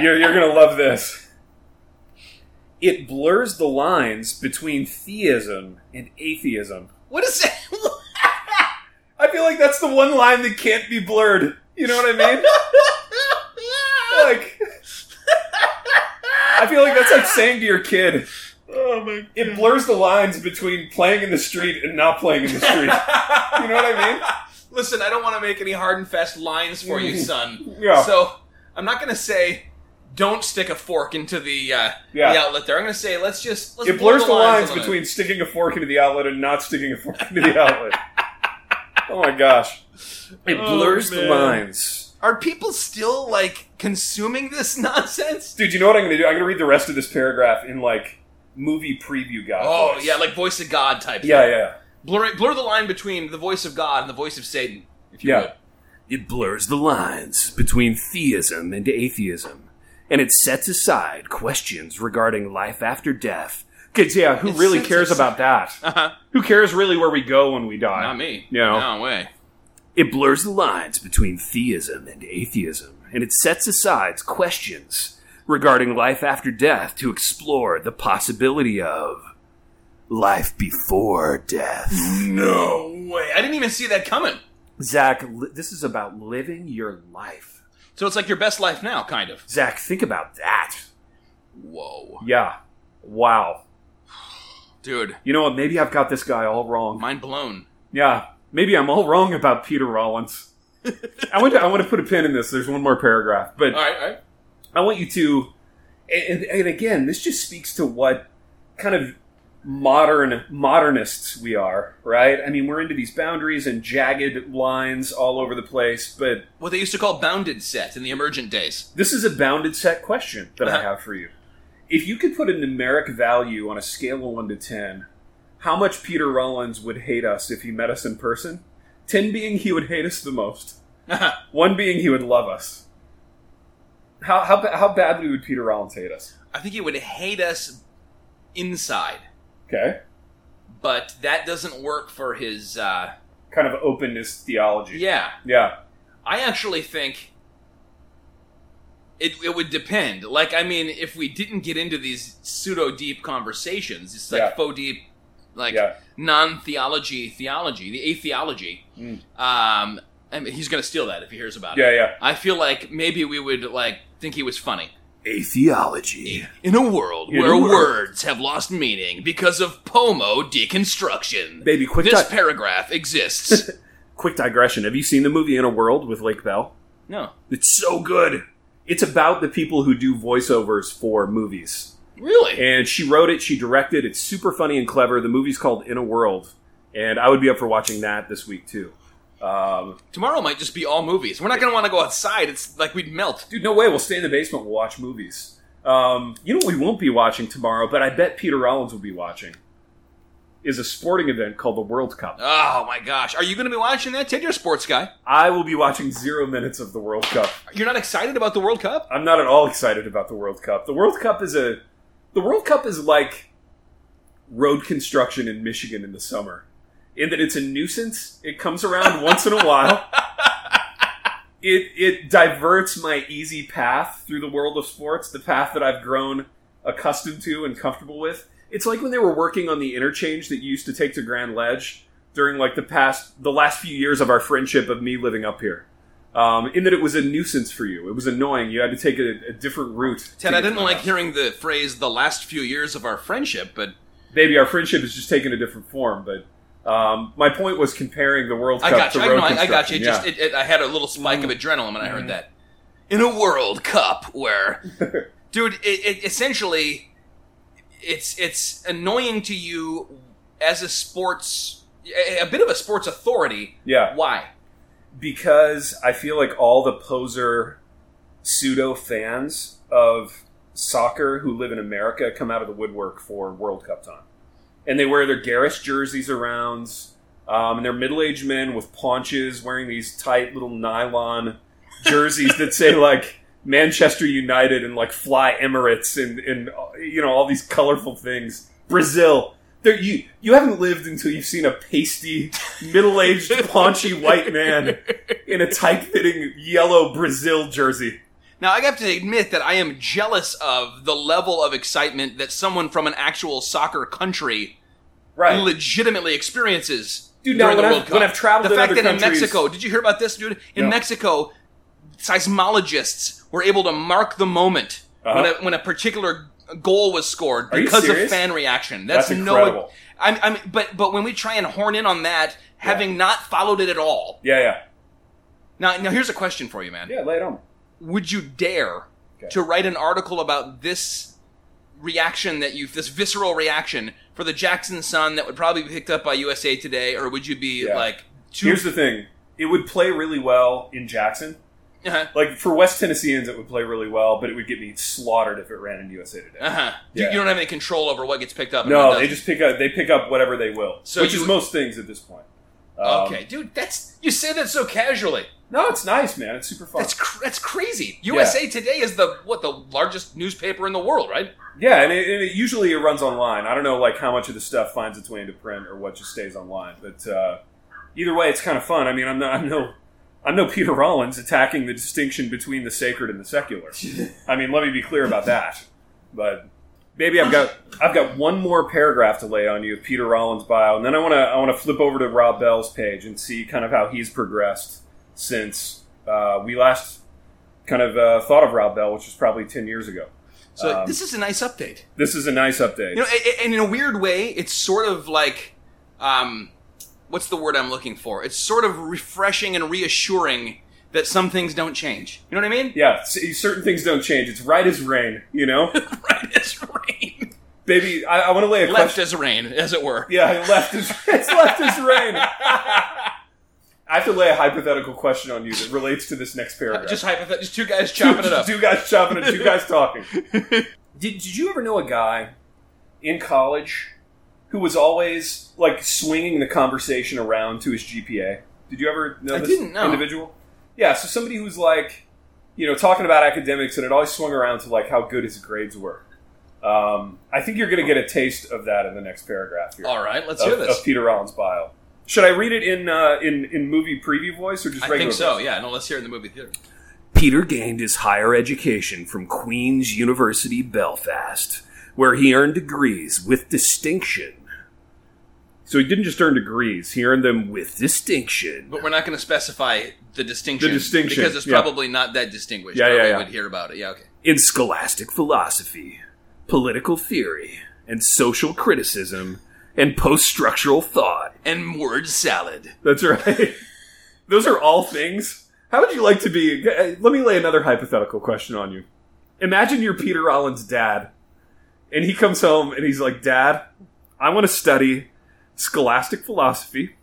Speaker 2: you're, you're going to love this. It blurs the lines between theism and atheism.
Speaker 3: What is that?
Speaker 2: I feel like that's the one line that can't be blurred. You know what I mean? like, I feel like that's like saying to your kid,
Speaker 1: Oh my
Speaker 2: it blurs the lines between playing in the street and not playing in the street. you know what I
Speaker 3: Listen, I don't want to make any hard and fast lines for you, son.
Speaker 2: mean? Yeah.
Speaker 3: So I'm not going to say don't stick a fork into the uh,
Speaker 2: Yeah.
Speaker 3: the outlet there. I'm going to say let's just let's
Speaker 2: it
Speaker 3: blur
Speaker 2: blurs the lines
Speaker 3: a little bit.
Speaker 2: between sticking a fork into the outlet and not sticking a fork into the outlet. oh my gosh. It
Speaker 1: Oh,
Speaker 2: blurs the
Speaker 1: man.
Speaker 2: lines.
Speaker 3: Are people still like consuming this nonsense?
Speaker 2: Dude, you know what I'm going to do? I'm going to read the rest of this paragraph in like movie preview guide.
Speaker 3: Oh
Speaker 2: voice.
Speaker 3: yeah, like voice of God type. thing.
Speaker 2: Yeah, yeah.
Speaker 3: Blur it- blur the line between the voice of God and the voice of Satan. If you
Speaker 2: Yeah.
Speaker 3: would.
Speaker 4: It blurs the lines between theism and atheism, and it sets aside questions regarding life after death.
Speaker 2: Cuz yeah, who
Speaker 3: It's
Speaker 2: really
Speaker 3: sense-
Speaker 2: cares about that?
Speaker 3: Uh-huh.
Speaker 2: Who cares really where we go when we die?
Speaker 3: Not me.
Speaker 2: You know.
Speaker 3: No way.
Speaker 4: It blurs the lines between theism and atheism, and it sets aside questions regarding life after death to explore the possibility of life before death.
Speaker 3: No way. I didn't even see that coming.
Speaker 4: Zach, li- this is about living your life.
Speaker 3: So it's like your best life now, kind of.
Speaker 4: Zach, think about that.
Speaker 3: Whoa,
Speaker 2: Yeah. Wow.
Speaker 3: dude,
Speaker 2: You know what? Maybe I've got this guy all wrong.
Speaker 3: mind blown.
Speaker 2: Yeah, maybe I'm all wrong about Peter Rollins. I want to I want to put a pin in this. There's one more paragraph, but
Speaker 3: All right, all right.
Speaker 2: I want you to, and, and again, this just speaks to what kind of modern modernists we are, right? I mean, we're into these boundaries and jagged lines all over the place, but
Speaker 3: What they used to call bounded set in the emergent days.
Speaker 2: this is a bounded set question that I
Speaker 3: Uh-huh.
Speaker 2: have for you. If you could put a numeric value on a scale of 1 to 10, how much Peter Rollins would hate us if he met us in person? 10 being he would hate us the most, 1 being he would love us. How, how, ba- how badly would Peter Rollins hate us?
Speaker 3: I think he would hate us inside,
Speaker 2: Okay.
Speaker 3: but that doesn't work for his. Uh,
Speaker 2: Kind of openness theology.
Speaker 3: yeah,
Speaker 2: Yeah.
Speaker 3: I actually think it, it would depend. Like, I mean, if we didn't get into these pseudo deep conversations, it's like
Speaker 2: Yeah.
Speaker 3: faux deep, like
Speaker 2: Yeah.
Speaker 3: non theology theology, the atheology.
Speaker 2: Mm.
Speaker 3: Um, I mean, he's gonna steal that if he hears about it.
Speaker 2: Yeah, yeah.
Speaker 3: I feel like maybe we would like think he was funny.
Speaker 4: A theology.
Speaker 3: In a world
Speaker 2: In a
Speaker 3: where
Speaker 2: world.
Speaker 3: words have lost meaning because of Pomo deconstruction,
Speaker 2: Baby, quick,
Speaker 3: this
Speaker 2: di-
Speaker 3: paragraph exists.
Speaker 2: quick digression. Have you seen the movie In a World with Lake Bell?
Speaker 3: no,
Speaker 2: It's so good. It's about the people who do voiceovers for movies.
Speaker 3: really?
Speaker 2: And she wrote it, she directed. It's super funny and clever. The movie's called In a World, and I would be up for watching that this week too. Um,
Speaker 3: Tomorrow might just be all movies. We're not gonna want to go outside. It's like we'd melt.
Speaker 2: dude, no way. We'll stay in the basement. We'll watch movies. Um, you know what we won't be watching tomorrow, but I bet Peter Rollins will be watching. Is a sporting event called the World Cup.
Speaker 3: Oh my gosh, are you gonna be watching that? Ted, you're a sports guy.
Speaker 2: I will be watching zero minutes of the World Cup.
Speaker 3: You're not excited about the World Cup?
Speaker 2: I'm not at all excited about the World Cup. The World Cup is a the World Cup is like road construction in Michigan in the summer. In that it's a nuisance. It comes around once in a while. It it diverts my easy path through the world of sports, the path that I've grown accustomed to and comfortable with. It's like when they were working on the interchange that you used to take to Grand Ledge during like the past the last few years of our friendship of me living up here um, in that it was a nuisance for you. It was annoying. You had to take a, a different route. to
Speaker 3: Ted,
Speaker 2: get
Speaker 3: I
Speaker 2: to
Speaker 3: didn't
Speaker 2: my
Speaker 3: like
Speaker 2: house.
Speaker 3: hearing the phrase "the last few years of our friendship," but
Speaker 2: Baby, our friendship is just taking a different form. But um, my point was comparing the World
Speaker 3: I
Speaker 2: Cup
Speaker 3: got
Speaker 2: to
Speaker 3: you. I,
Speaker 2: road
Speaker 3: no, I, I got
Speaker 2: construction.
Speaker 3: you. It
Speaker 2: Yeah.
Speaker 3: Just it, it, I had a little spike of adrenaline when I heard that. In a World Cup, where, dude, it, it, essentially, it's it's annoying to you as a sports, a, a bit of a sports authority.
Speaker 2: yeah,
Speaker 3: Why?
Speaker 2: because I feel like all the poser pseudo fans of soccer who live in America come out of the woodwork for World Cup time, and they wear their garish jerseys around. Um, and they're middle-aged men with paunches, wearing these tight little nylon jerseys that say like Manchester United and like Fly Emirates and and you know all these colorful things. Brazil. There, you you haven't lived until you've seen a pasty, middle-aged, paunchy white man in a tight-fitting yellow Brazil jersey.
Speaker 3: Now I have to admit that I am jealous of the level of excitement that someone from an actual soccer country legitimately experiences
Speaker 2: Dude, now when
Speaker 3: during the
Speaker 2: I've-
Speaker 3: World Cup.
Speaker 2: when I've traveled
Speaker 3: the
Speaker 2: in
Speaker 3: fact
Speaker 2: other
Speaker 3: that in
Speaker 2: countries-
Speaker 3: Mexico, did you hear about this, dude? In
Speaker 2: No.
Speaker 3: Mexico, seismologists were able to mark the moment when,
Speaker 2: Uh-huh.
Speaker 3: a, when a particular goal was scored
Speaker 2: Are you
Speaker 3: because of
Speaker 2: serious?
Speaker 3: fan reaction.
Speaker 2: That's
Speaker 3: That's, no.
Speaker 2: incredible.
Speaker 3: I'm, I'm, but but when we try and horn in on that, having not followed it at all.
Speaker 2: Yeah, yeah,
Speaker 3: Now now here's a question for you, man.
Speaker 2: yeah. Lay it on.
Speaker 3: Would you dare
Speaker 2: Okay.
Speaker 3: to write an article about this reaction that you this visceral reaction for the Jackson Sun that would probably be picked up by USA Today, or would you be
Speaker 2: Yeah.
Speaker 3: like too?
Speaker 2: Here's the thing: it would play really well in Jackson.
Speaker 3: uh-huh,
Speaker 2: Like for West Tennesseans, it would play really well, but it would get me slaughtered if it ran in USA Today.
Speaker 3: uh-huh. You,
Speaker 2: Yeah.
Speaker 3: you don't have any control over what gets picked up. and what
Speaker 2: No, they
Speaker 3: doesn't.
Speaker 2: just pick up. They pick up whatever they will,
Speaker 3: So
Speaker 2: which
Speaker 3: you-
Speaker 2: is most things at this point. Um,
Speaker 3: okay, dude. That's you say that so casually.
Speaker 2: No, it's nice, man. It's super fun.
Speaker 3: That's cr- that's crazy. USA Today is the what the largest newspaper in the world, right?
Speaker 2: yeah, and it, and it usually it runs online. I don't know like how much of the stuff finds its way into print or what just stays online, but uh, either way, it's kind of fun. I mean, I'm not, I'm no, I'm no Peter Rollins attacking the distinction between the sacred and the secular. I mean, let me be clear about that. But baby, I've got I've got one more paragraph to lay on you of Peter Rollins' bio, and then I want to I want to flip over to Rob Bell's page and see kind of how he's progressed since uh, we last kind of uh, thought of Rob Bell, which was probably ten years ago.
Speaker 3: So this is a nice update.
Speaker 2: This is a nice update.
Speaker 3: You know, a- a- and in a weird way, it's sort of like, um, what's the word I'm looking for? It's sort of refreshing and reassuring that some things don't change. You know what I mean?
Speaker 2: yeah, see, certain things don't change. It's right as rain, you know?
Speaker 3: Right as rain,
Speaker 2: Baby, I, I want to lay a
Speaker 3: left
Speaker 2: question.
Speaker 3: as rain, as it were.
Speaker 2: yeah, left is, it's left is rain. I have to lay a hypothetical question on you that relates to this next paragraph.
Speaker 3: Just hypothetical. Just two guys chopping it up.
Speaker 2: Two guys chopping it. Two guys talking. did Did you ever know a guy in college who was always like swinging the conversation around to his GPA? Did you ever know
Speaker 3: I
Speaker 2: this
Speaker 3: didn't know.
Speaker 2: individual? Yeah, so somebody who's like, you know, talking about academics, and it always swung around to like how good his grades were. Um, I think you're going to get a taste of that in the next paragraph here
Speaker 3: All right, let's
Speaker 2: of,
Speaker 3: hear this.
Speaker 2: of Peter Allen's bio. Should I read it in uh, in in movie preview voice or just
Speaker 3: I
Speaker 2: regular?
Speaker 3: think so.
Speaker 2: voice?
Speaker 3: Yeah, no, let's hear it in the movie theater.
Speaker 4: Peter gained his higher education from Queen's University Belfast, where he earned degrees with distinction.
Speaker 2: So he didn't just earn degrees; he earned them
Speaker 4: With distinction.
Speaker 3: But we're not going to specify the distinction.
Speaker 2: The distinction,
Speaker 3: because it's
Speaker 2: yeah.
Speaker 3: probably not that distinguished.
Speaker 2: Yeah,
Speaker 3: or
Speaker 2: yeah,
Speaker 3: we
Speaker 2: yeah.
Speaker 3: Would hear about it. Yeah, okay.
Speaker 4: in scholastic philosophy, political theory, and social criticism, and post structural thought.
Speaker 3: And word salad.
Speaker 2: That's right. Those are all things. How would you like to be? uh, Let me lay another hypothetical question on you. Imagine you're Peter Rollins' dad, and he comes home and he's like, Dad, I want to study scholastic philosophy,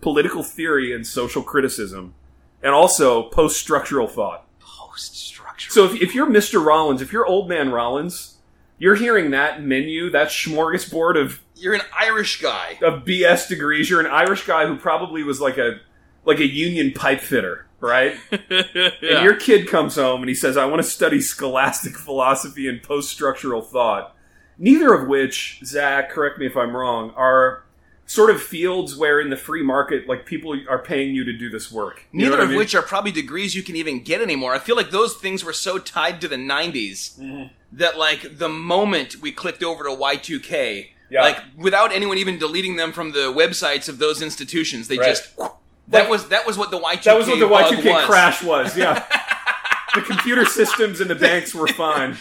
Speaker 2: political theory, and social criticism, and also post structural thought.
Speaker 3: Post structure.
Speaker 2: So if, if you're Mr. Rollins, if you're old man Rollins, you're hearing that menu, that smorgasbord of
Speaker 3: You're an Irish guy.
Speaker 2: of BS degrees. You're an Irish guy who probably was like a like a union pipe fitter, right? And your kid comes home and he says, "I want to study scholastic philosophy and post-structural thought." Neither of which, Zach, correct me if I'm wrong, are sort of fields where in the free market, like people are paying you to do this work. You know
Speaker 3: Neither
Speaker 2: what I
Speaker 3: of
Speaker 2: mean?
Speaker 3: which are probably degrees you can even get anymore. I feel like those things were so tied to the 90s
Speaker 2: Mm-hmm.
Speaker 3: that, like, the moment we clicked over to Y2K,
Speaker 2: Yeah.
Speaker 3: like, without anyone even deleting them from the websites of those institutions, they
Speaker 2: Right.
Speaker 3: just. That
Speaker 2: That-
Speaker 3: was that was what the Y2K
Speaker 2: that was what the
Speaker 3: bug
Speaker 2: Y2K
Speaker 3: was.
Speaker 2: crash was. Yeah. The computer systems and the banks were fine,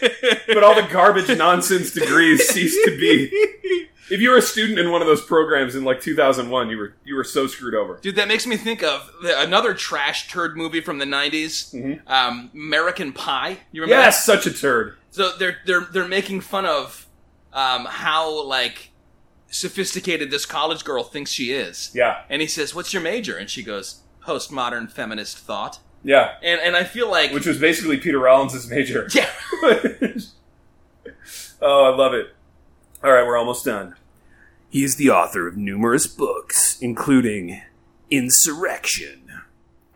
Speaker 2: but all the garbage nonsense degrees ceased to be. If you were a student in one of those programs in like 2001, you were you were so screwed over.
Speaker 3: Dude, that makes me think of the, another trash turd movie from the 90s, um, American Pie. You remember that?
Speaker 2: Mm-hmm. Yes, such a turd.
Speaker 3: So they're they're they're making fun of um, how like sophisticated this college girl thinks she is.
Speaker 2: Yeah,
Speaker 3: And he says, "What's your major?" And she goes, "Postmodern feminist thought."
Speaker 2: yeah.
Speaker 3: And and I feel like
Speaker 2: Which was basically Peter Rollins' major.
Speaker 3: yeah,
Speaker 2: oh, I love it. All right, we're almost done.
Speaker 4: He is the author of numerous books, including Insurrection.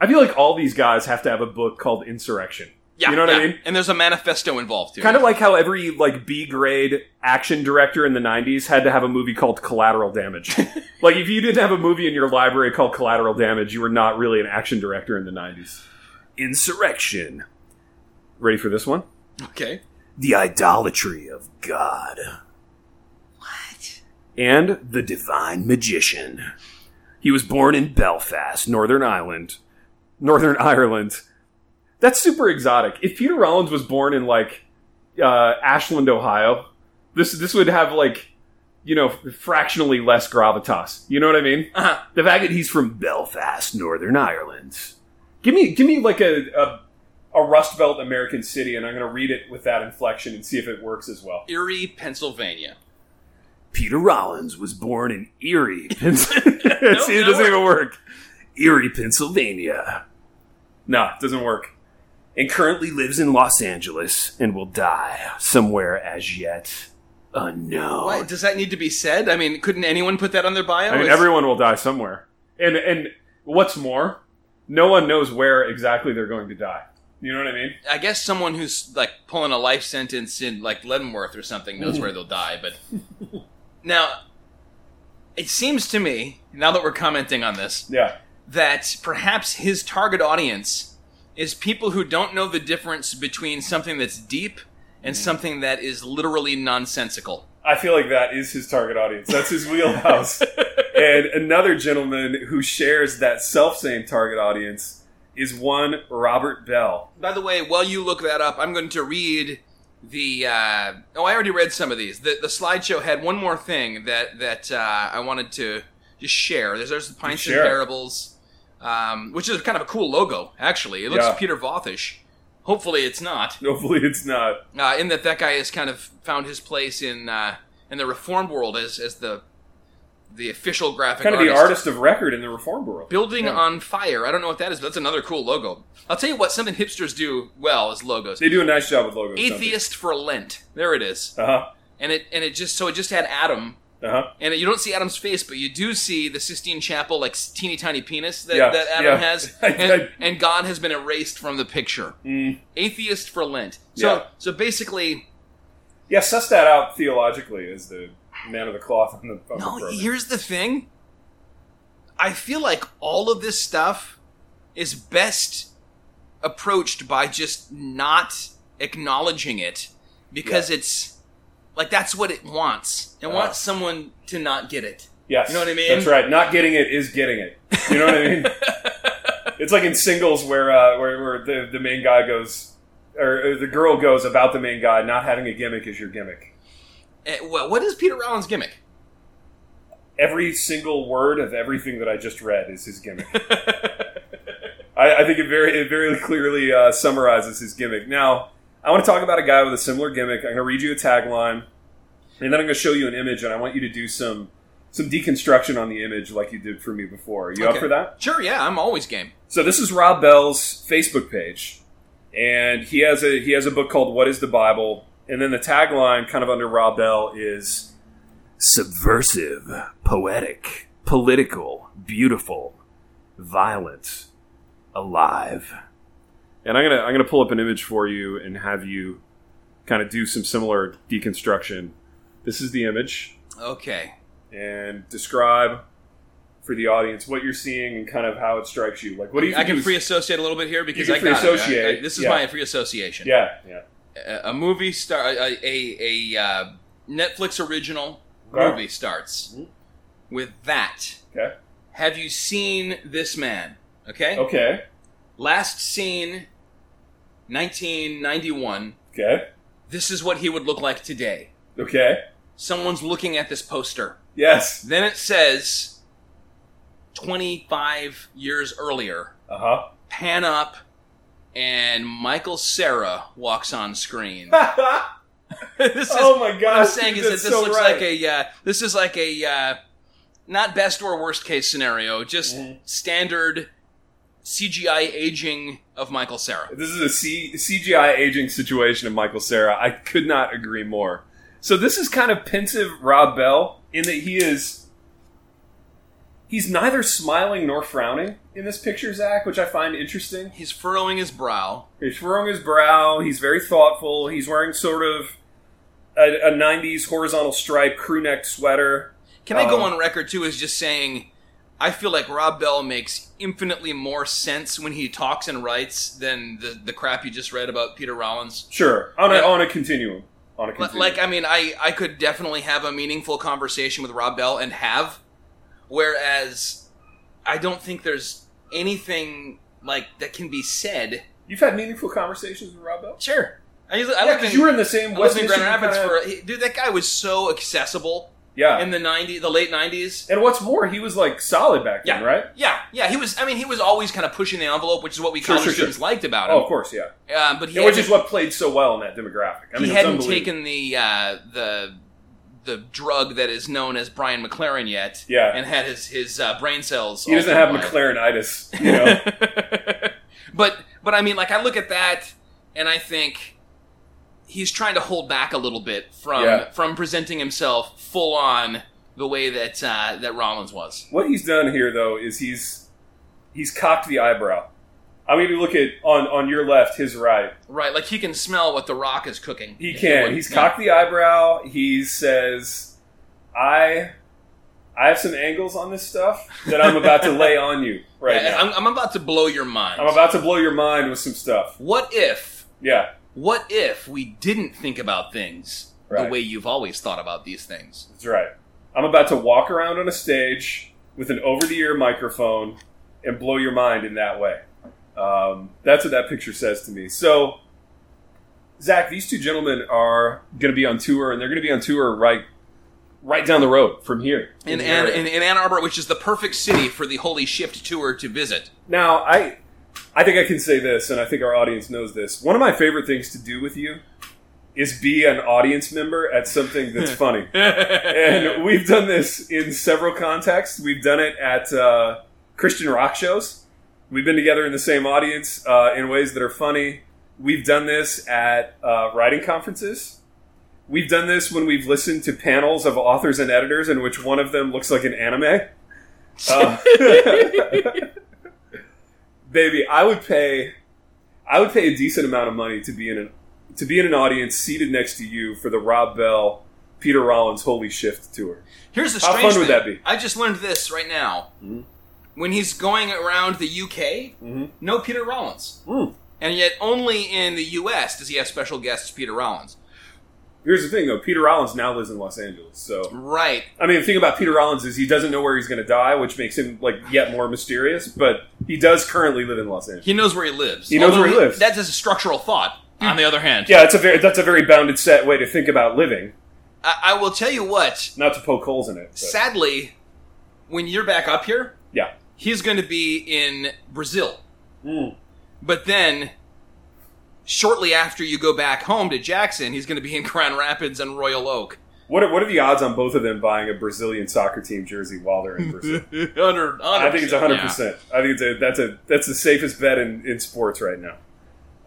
Speaker 2: I feel like all these guys have to have a book called Insurrection.
Speaker 3: yeah,
Speaker 2: you know what I
Speaker 3: yeah.
Speaker 2: mean.
Speaker 3: And there's a manifesto involved too.
Speaker 2: Kind of like how every like B grade action director in the '90s had to have a movie called Collateral Damage. like if you didn't have a movie in your library called Collateral Damage, you were not really an action director in the '90s.
Speaker 4: Insurrection.
Speaker 2: Ready for this one?
Speaker 3: okay.
Speaker 4: The idolatry of God.
Speaker 2: And
Speaker 4: The divine magician. He was born in Belfast, Northern Ireland.
Speaker 2: Northern Ireland. That's super exotic. If Peter Rollins was born in like uh, Ashland, Ohio, this this would have like you know fractionally less gravitas. You know what I mean?
Speaker 3: Uh-huh.
Speaker 2: The fact that he's
Speaker 4: He's from Belfast, Northern Ireland.
Speaker 2: give me give me like a, a a Rust Belt American city, and I'm gonna read it with that inflection and see if it works as well.
Speaker 3: Erie, Pennsylvania.
Speaker 4: Peter Rollins was born in Erie,
Speaker 2: See, it
Speaker 3: that
Speaker 2: doesn't even work.
Speaker 4: Erie, Pennsylvania.
Speaker 2: No, it doesn't work.
Speaker 4: and currently lives in Los Angeles and will die somewhere as yet
Speaker 2: Oh.
Speaker 4: unknown.
Speaker 3: Why does that need to be said? I mean, couldn't anyone put that on their bio?
Speaker 2: I mean,
Speaker 3: It's-
Speaker 2: everyone will die somewhere, and and what's more, no one knows where exactly they're going to die. You know what I mean?
Speaker 3: I guess someone who's like pulling a life sentence in like Leavenworth or something knows where they'll die, but now it seems to me, now that we're commenting on this,
Speaker 2: Yeah.
Speaker 3: that perhaps his target audience is people who don't know the difference between something that's deep
Speaker 2: Hmm.
Speaker 3: and something that is literally nonsensical.
Speaker 2: I feel like that is his target audience. That's his wheelhouse. and another gentleman who shares that self same target audience is one Robert Bell.
Speaker 3: By the way, while you look that up, I'm going to read the uh, oh, I already read some of these. The the slideshow had one more thing that that uh, I wanted to just share. There's there's the pints
Speaker 2: Share.
Speaker 3: and variables, um, which is kind of a cool logo actually. It looks
Speaker 2: Yeah.
Speaker 3: Peter Vothish. Hopefully, it's not.
Speaker 2: Hopefully, it's not.
Speaker 3: Uh, in that that guy has kind of found his place in uh, in the reformed world as as the the official graphic
Speaker 2: Kind of
Speaker 3: artist.
Speaker 2: the artist of record in the reform bureau.
Speaker 3: Building
Speaker 2: Yeah.
Speaker 3: on fire. I don't know what that is, but that's another cool logo. I'll tell you what, something hipsters do well is logos.
Speaker 2: They do a nice job with logos.
Speaker 3: Atheist for Lent. There it is.
Speaker 2: Uh huh.
Speaker 3: And it and it just so it just had Adam,
Speaker 2: Uh huh.
Speaker 3: and you don't see Adam's face, but you do see the Sistine Chapel like teeny tiny penis that,
Speaker 2: Yeah,
Speaker 3: that Adam
Speaker 2: yeah.
Speaker 3: has,
Speaker 2: I-
Speaker 3: and,
Speaker 2: I-
Speaker 3: and God has been erased from the picture. Atheist for Lent. So
Speaker 2: Yeah.
Speaker 3: so basically,
Speaker 2: Yeah, suss that out theologically as the man of the cloth on the, on the
Speaker 3: no.
Speaker 2: program.
Speaker 3: Here's the thing. I feel like all of this stuff is best approached by just not acknowledging it because it's like that's what it wants. It
Speaker 2: Ah.
Speaker 3: wants someone to not get it.
Speaker 2: Yes.
Speaker 3: You know what I mean?
Speaker 2: That's right. Not getting it is getting it. You know what I mean? it's like in singles where uh, where, where the, the main guy goes, or, or the girl goes about the main guy, not having a gimmick is your gimmick.
Speaker 3: Eh, well, what is Peter Rollins' gimmick?
Speaker 2: Every single word of everything that I just read is his gimmick. I, I think it very it very clearly uh, summarizes his gimmick. Now, I want to talk about a guy with a similar gimmick. I'm going to read you a tagline, and then I'm going to show you an image, and I want you to do some some deconstruction on the image like you did for me before. you up
Speaker 3: Okay.
Speaker 2: for that?
Speaker 3: Sure, yeah, I'm always game.
Speaker 2: So this is Rob Bell's Facebook page, and he has a he has a book called "What Is the Bible," and then the tagline, kind of under Rob Bell, is
Speaker 4: Subversive, poetic, political, beautiful, violent, alive.
Speaker 2: and I'm gonna I'm gonna pull up an image for you and have you kind of do some similar deconstruction. This is the image,
Speaker 3: Okay.
Speaker 2: and describe for the audience what you're seeing and kind of how it strikes you. Like, what do you?
Speaker 3: I
Speaker 2: think
Speaker 3: can
Speaker 2: is-
Speaker 3: free associate a little bit here because
Speaker 2: can
Speaker 3: I got it.
Speaker 2: free-associate,
Speaker 3: I- I- this is
Speaker 2: yeah.
Speaker 3: my free association.
Speaker 2: Yeah, yeah.
Speaker 3: A, a movie star, a, a, a uh, Netflix original
Speaker 2: Okay.
Speaker 3: movie starts
Speaker 2: Mhm.
Speaker 3: with that.
Speaker 2: Okay.
Speaker 3: Have you seen this man? Okay.
Speaker 2: Okay.
Speaker 3: Last seen, 1991.
Speaker 2: Okay.
Speaker 3: This is what he would look like today.
Speaker 2: Okay.
Speaker 3: Someone's looking at this poster.
Speaker 2: Yes.
Speaker 3: Then it says 25 years earlier,
Speaker 2: Uh huh.
Speaker 3: pan up, and Michael Sarah walks on screen. this is
Speaker 2: oh my god!
Speaker 3: what I'm saying is that
Speaker 2: that's
Speaker 3: this
Speaker 2: so
Speaker 3: looks
Speaker 2: right.
Speaker 3: like a uh, this is like a uh, not best or worst case scenario, just
Speaker 2: Mhm.
Speaker 3: standard CGI aging of Michael Sarah.
Speaker 2: This is a C- CGI aging situation of Michael Sarah. I could not agree more. So this is kind of pensive Rob Bell in that he is he's neither smiling nor frowning in this picture, Zach, which I find interesting.
Speaker 3: He's furrowing his brow.
Speaker 2: He's furrowing his brow. He's very thoughtful. He's wearing sort of a, a '90s horizontal stripe crew neck sweater.
Speaker 3: Can I go
Speaker 2: Um,
Speaker 3: on record too as just saying I feel like Rob Bell makes infinitely more sense when he talks and writes than the, the crap you just read about Peter Rollins.
Speaker 2: Sure, on a
Speaker 3: Yeah.
Speaker 2: on a continuum. On a
Speaker 3: But,
Speaker 2: continuum.
Speaker 3: like I mean I, I could definitely have a meaningful conversation with Rob Bell and have whereas I don't think there's anything like that can be said.
Speaker 2: You've had meaningful conversations with Rob Bell.
Speaker 3: Sure. I, used-
Speaker 2: yeah,
Speaker 3: I lived
Speaker 2: because
Speaker 3: in,
Speaker 2: you were in the same
Speaker 3: I lived
Speaker 2: West
Speaker 3: in Grand
Speaker 2: Michigan
Speaker 3: Rapids
Speaker 2: kinda-
Speaker 3: for he- dude that guy was so accessible
Speaker 2: yeah.
Speaker 3: in the 90 the late 90s.
Speaker 2: And what's more, he was like solid back then,
Speaker 3: Yeah.
Speaker 2: right?
Speaker 3: Yeah, yeah, he was. I mean, he was always kind of pushing the envelope, which is what we
Speaker 2: Sure,
Speaker 3: college
Speaker 2: sure,
Speaker 3: students liked about him.
Speaker 2: Oh, of course, yeah.
Speaker 3: Uh, but he,
Speaker 2: And which
Speaker 3: hadn't-
Speaker 2: is what played so well in that demographic. I mean, it was
Speaker 3: he hadn't
Speaker 2: unbelievable.
Speaker 3: taken the uh, the the drug that is known as Brian McLaren yet,
Speaker 2: Yeah.
Speaker 3: and had his his uh, brain cells.
Speaker 2: He doesn't
Speaker 3: altered
Speaker 2: have
Speaker 3: by it.
Speaker 2: McLarenitis, you know.
Speaker 3: but but I mean, like I look at that and I think he's trying to hold back a little bit from
Speaker 2: Yeah.
Speaker 3: from presenting himself full on the way that uh, that Rollins was.
Speaker 2: what he's done here, though, is he's he's cocked the eyebrow. I'm going to look at on on your left, his right.
Speaker 3: Right, like he can smell what the Rock is cooking.
Speaker 2: He
Speaker 3: if you
Speaker 2: can.
Speaker 3: would.
Speaker 2: He's
Speaker 3: Yeah.
Speaker 2: cocked the eyebrow. He says, "I." I have some angles on this stuff that I'm about to lay on you right
Speaker 3: Yeah,
Speaker 2: now.
Speaker 3: I'm, I'm about to blow your mind.
Speaker 2: I'm about to blow your mind with some stuff.
Speaker 3: what if?
Speaker 2: Yeah.
Speaker 3: What if we didn't think about things
Speaker 2: Right.
Speaker 3: the way you've always thought about these things?
Speaker 2: That's right. I'm about to walk around on a stage with an over the ear microphone and blow your mind in that way. Um, that's what that picture says to me. So, Zach, these two gentlemen are going to be on tour, and they're going to be on tour right, right down the road from here.
Speaker 3: in,
Speaker 2: the
Speaker 3: Ann,
Speaker 2: area.
Speaker 3: in, in Ann Arbor, which is the perfect city for the Holy Shift tour to visit.
Speaker 2: Now, I I think I can say this, and I think our audience knows this. One of my favorite things to do with you is be an audience member at something that's funny. and we've done this in several contexts. We've done it at uh, Christian rock shows. We've been together in the same audience uh, in ways that are funny. We've done this at uh, writing conferences. We've done this when we've listened to panels of authors and editors, in which one of them looks like an anime. Uh, baby, I would pay, I would pay a decent amount of money to be in an to be in an audience seated next to you for the Rob Bell, Peter Rollins Holy Shift tour.
Speaker 3: Here's the
Speaker 2: How
Speaker 3: strange
Speaker 2: fun would
Speaker 3: thing.
Speaker 2: that be? Mm-hmm.
Speaker 3: I just learned this right now. When he's going around the UK, no Peter Rollins, and yet only in the US does he have special guests Peter Rollins.
Speaker 2: Here's the thing, though. Peter Rollins now lives in Los Angeles, so
Speaker 3: Right.
Speaker 2: I mean, the thing about Peter Rollins is he doesn't know where he's going to die, which makes him like yet more mysterious. But he does currently live in Los Angeles.
Speaker 3: He knows where he lives.
Speaker 2: He knows
Speaker 3: Although
Speaker 2: where he lives. Hmm.
Speaker 3: That's a structural thought. On the other hand,
Speaker 2: Yeah, that's a very that's a very bounded set way to think about living.
Speaker 3: I, I will tell you what.
Speaker 2: Not to poke holes in it. but-
Speaker 3: Sadly, when you're back up here,
Speaker 2: yeah,
Speaker 3: he's going to be in Brazil.
Speaker 2: Mm.
Speaker 3: But then, shortly after you go back home to Jackson, he's going to be in Grand Rapids and Royal Oak.
Speaker 2: What are, what are the odds on both of them buying a Brazilian soccer team jersey while they're in Brazil?
Speaker 3: Hundred-
Speaker 2: I think it's hundred
Speaker 3: yeah.
Speaker 2: percent. I think it's a, that's a that's the safest bet in, in sports right now.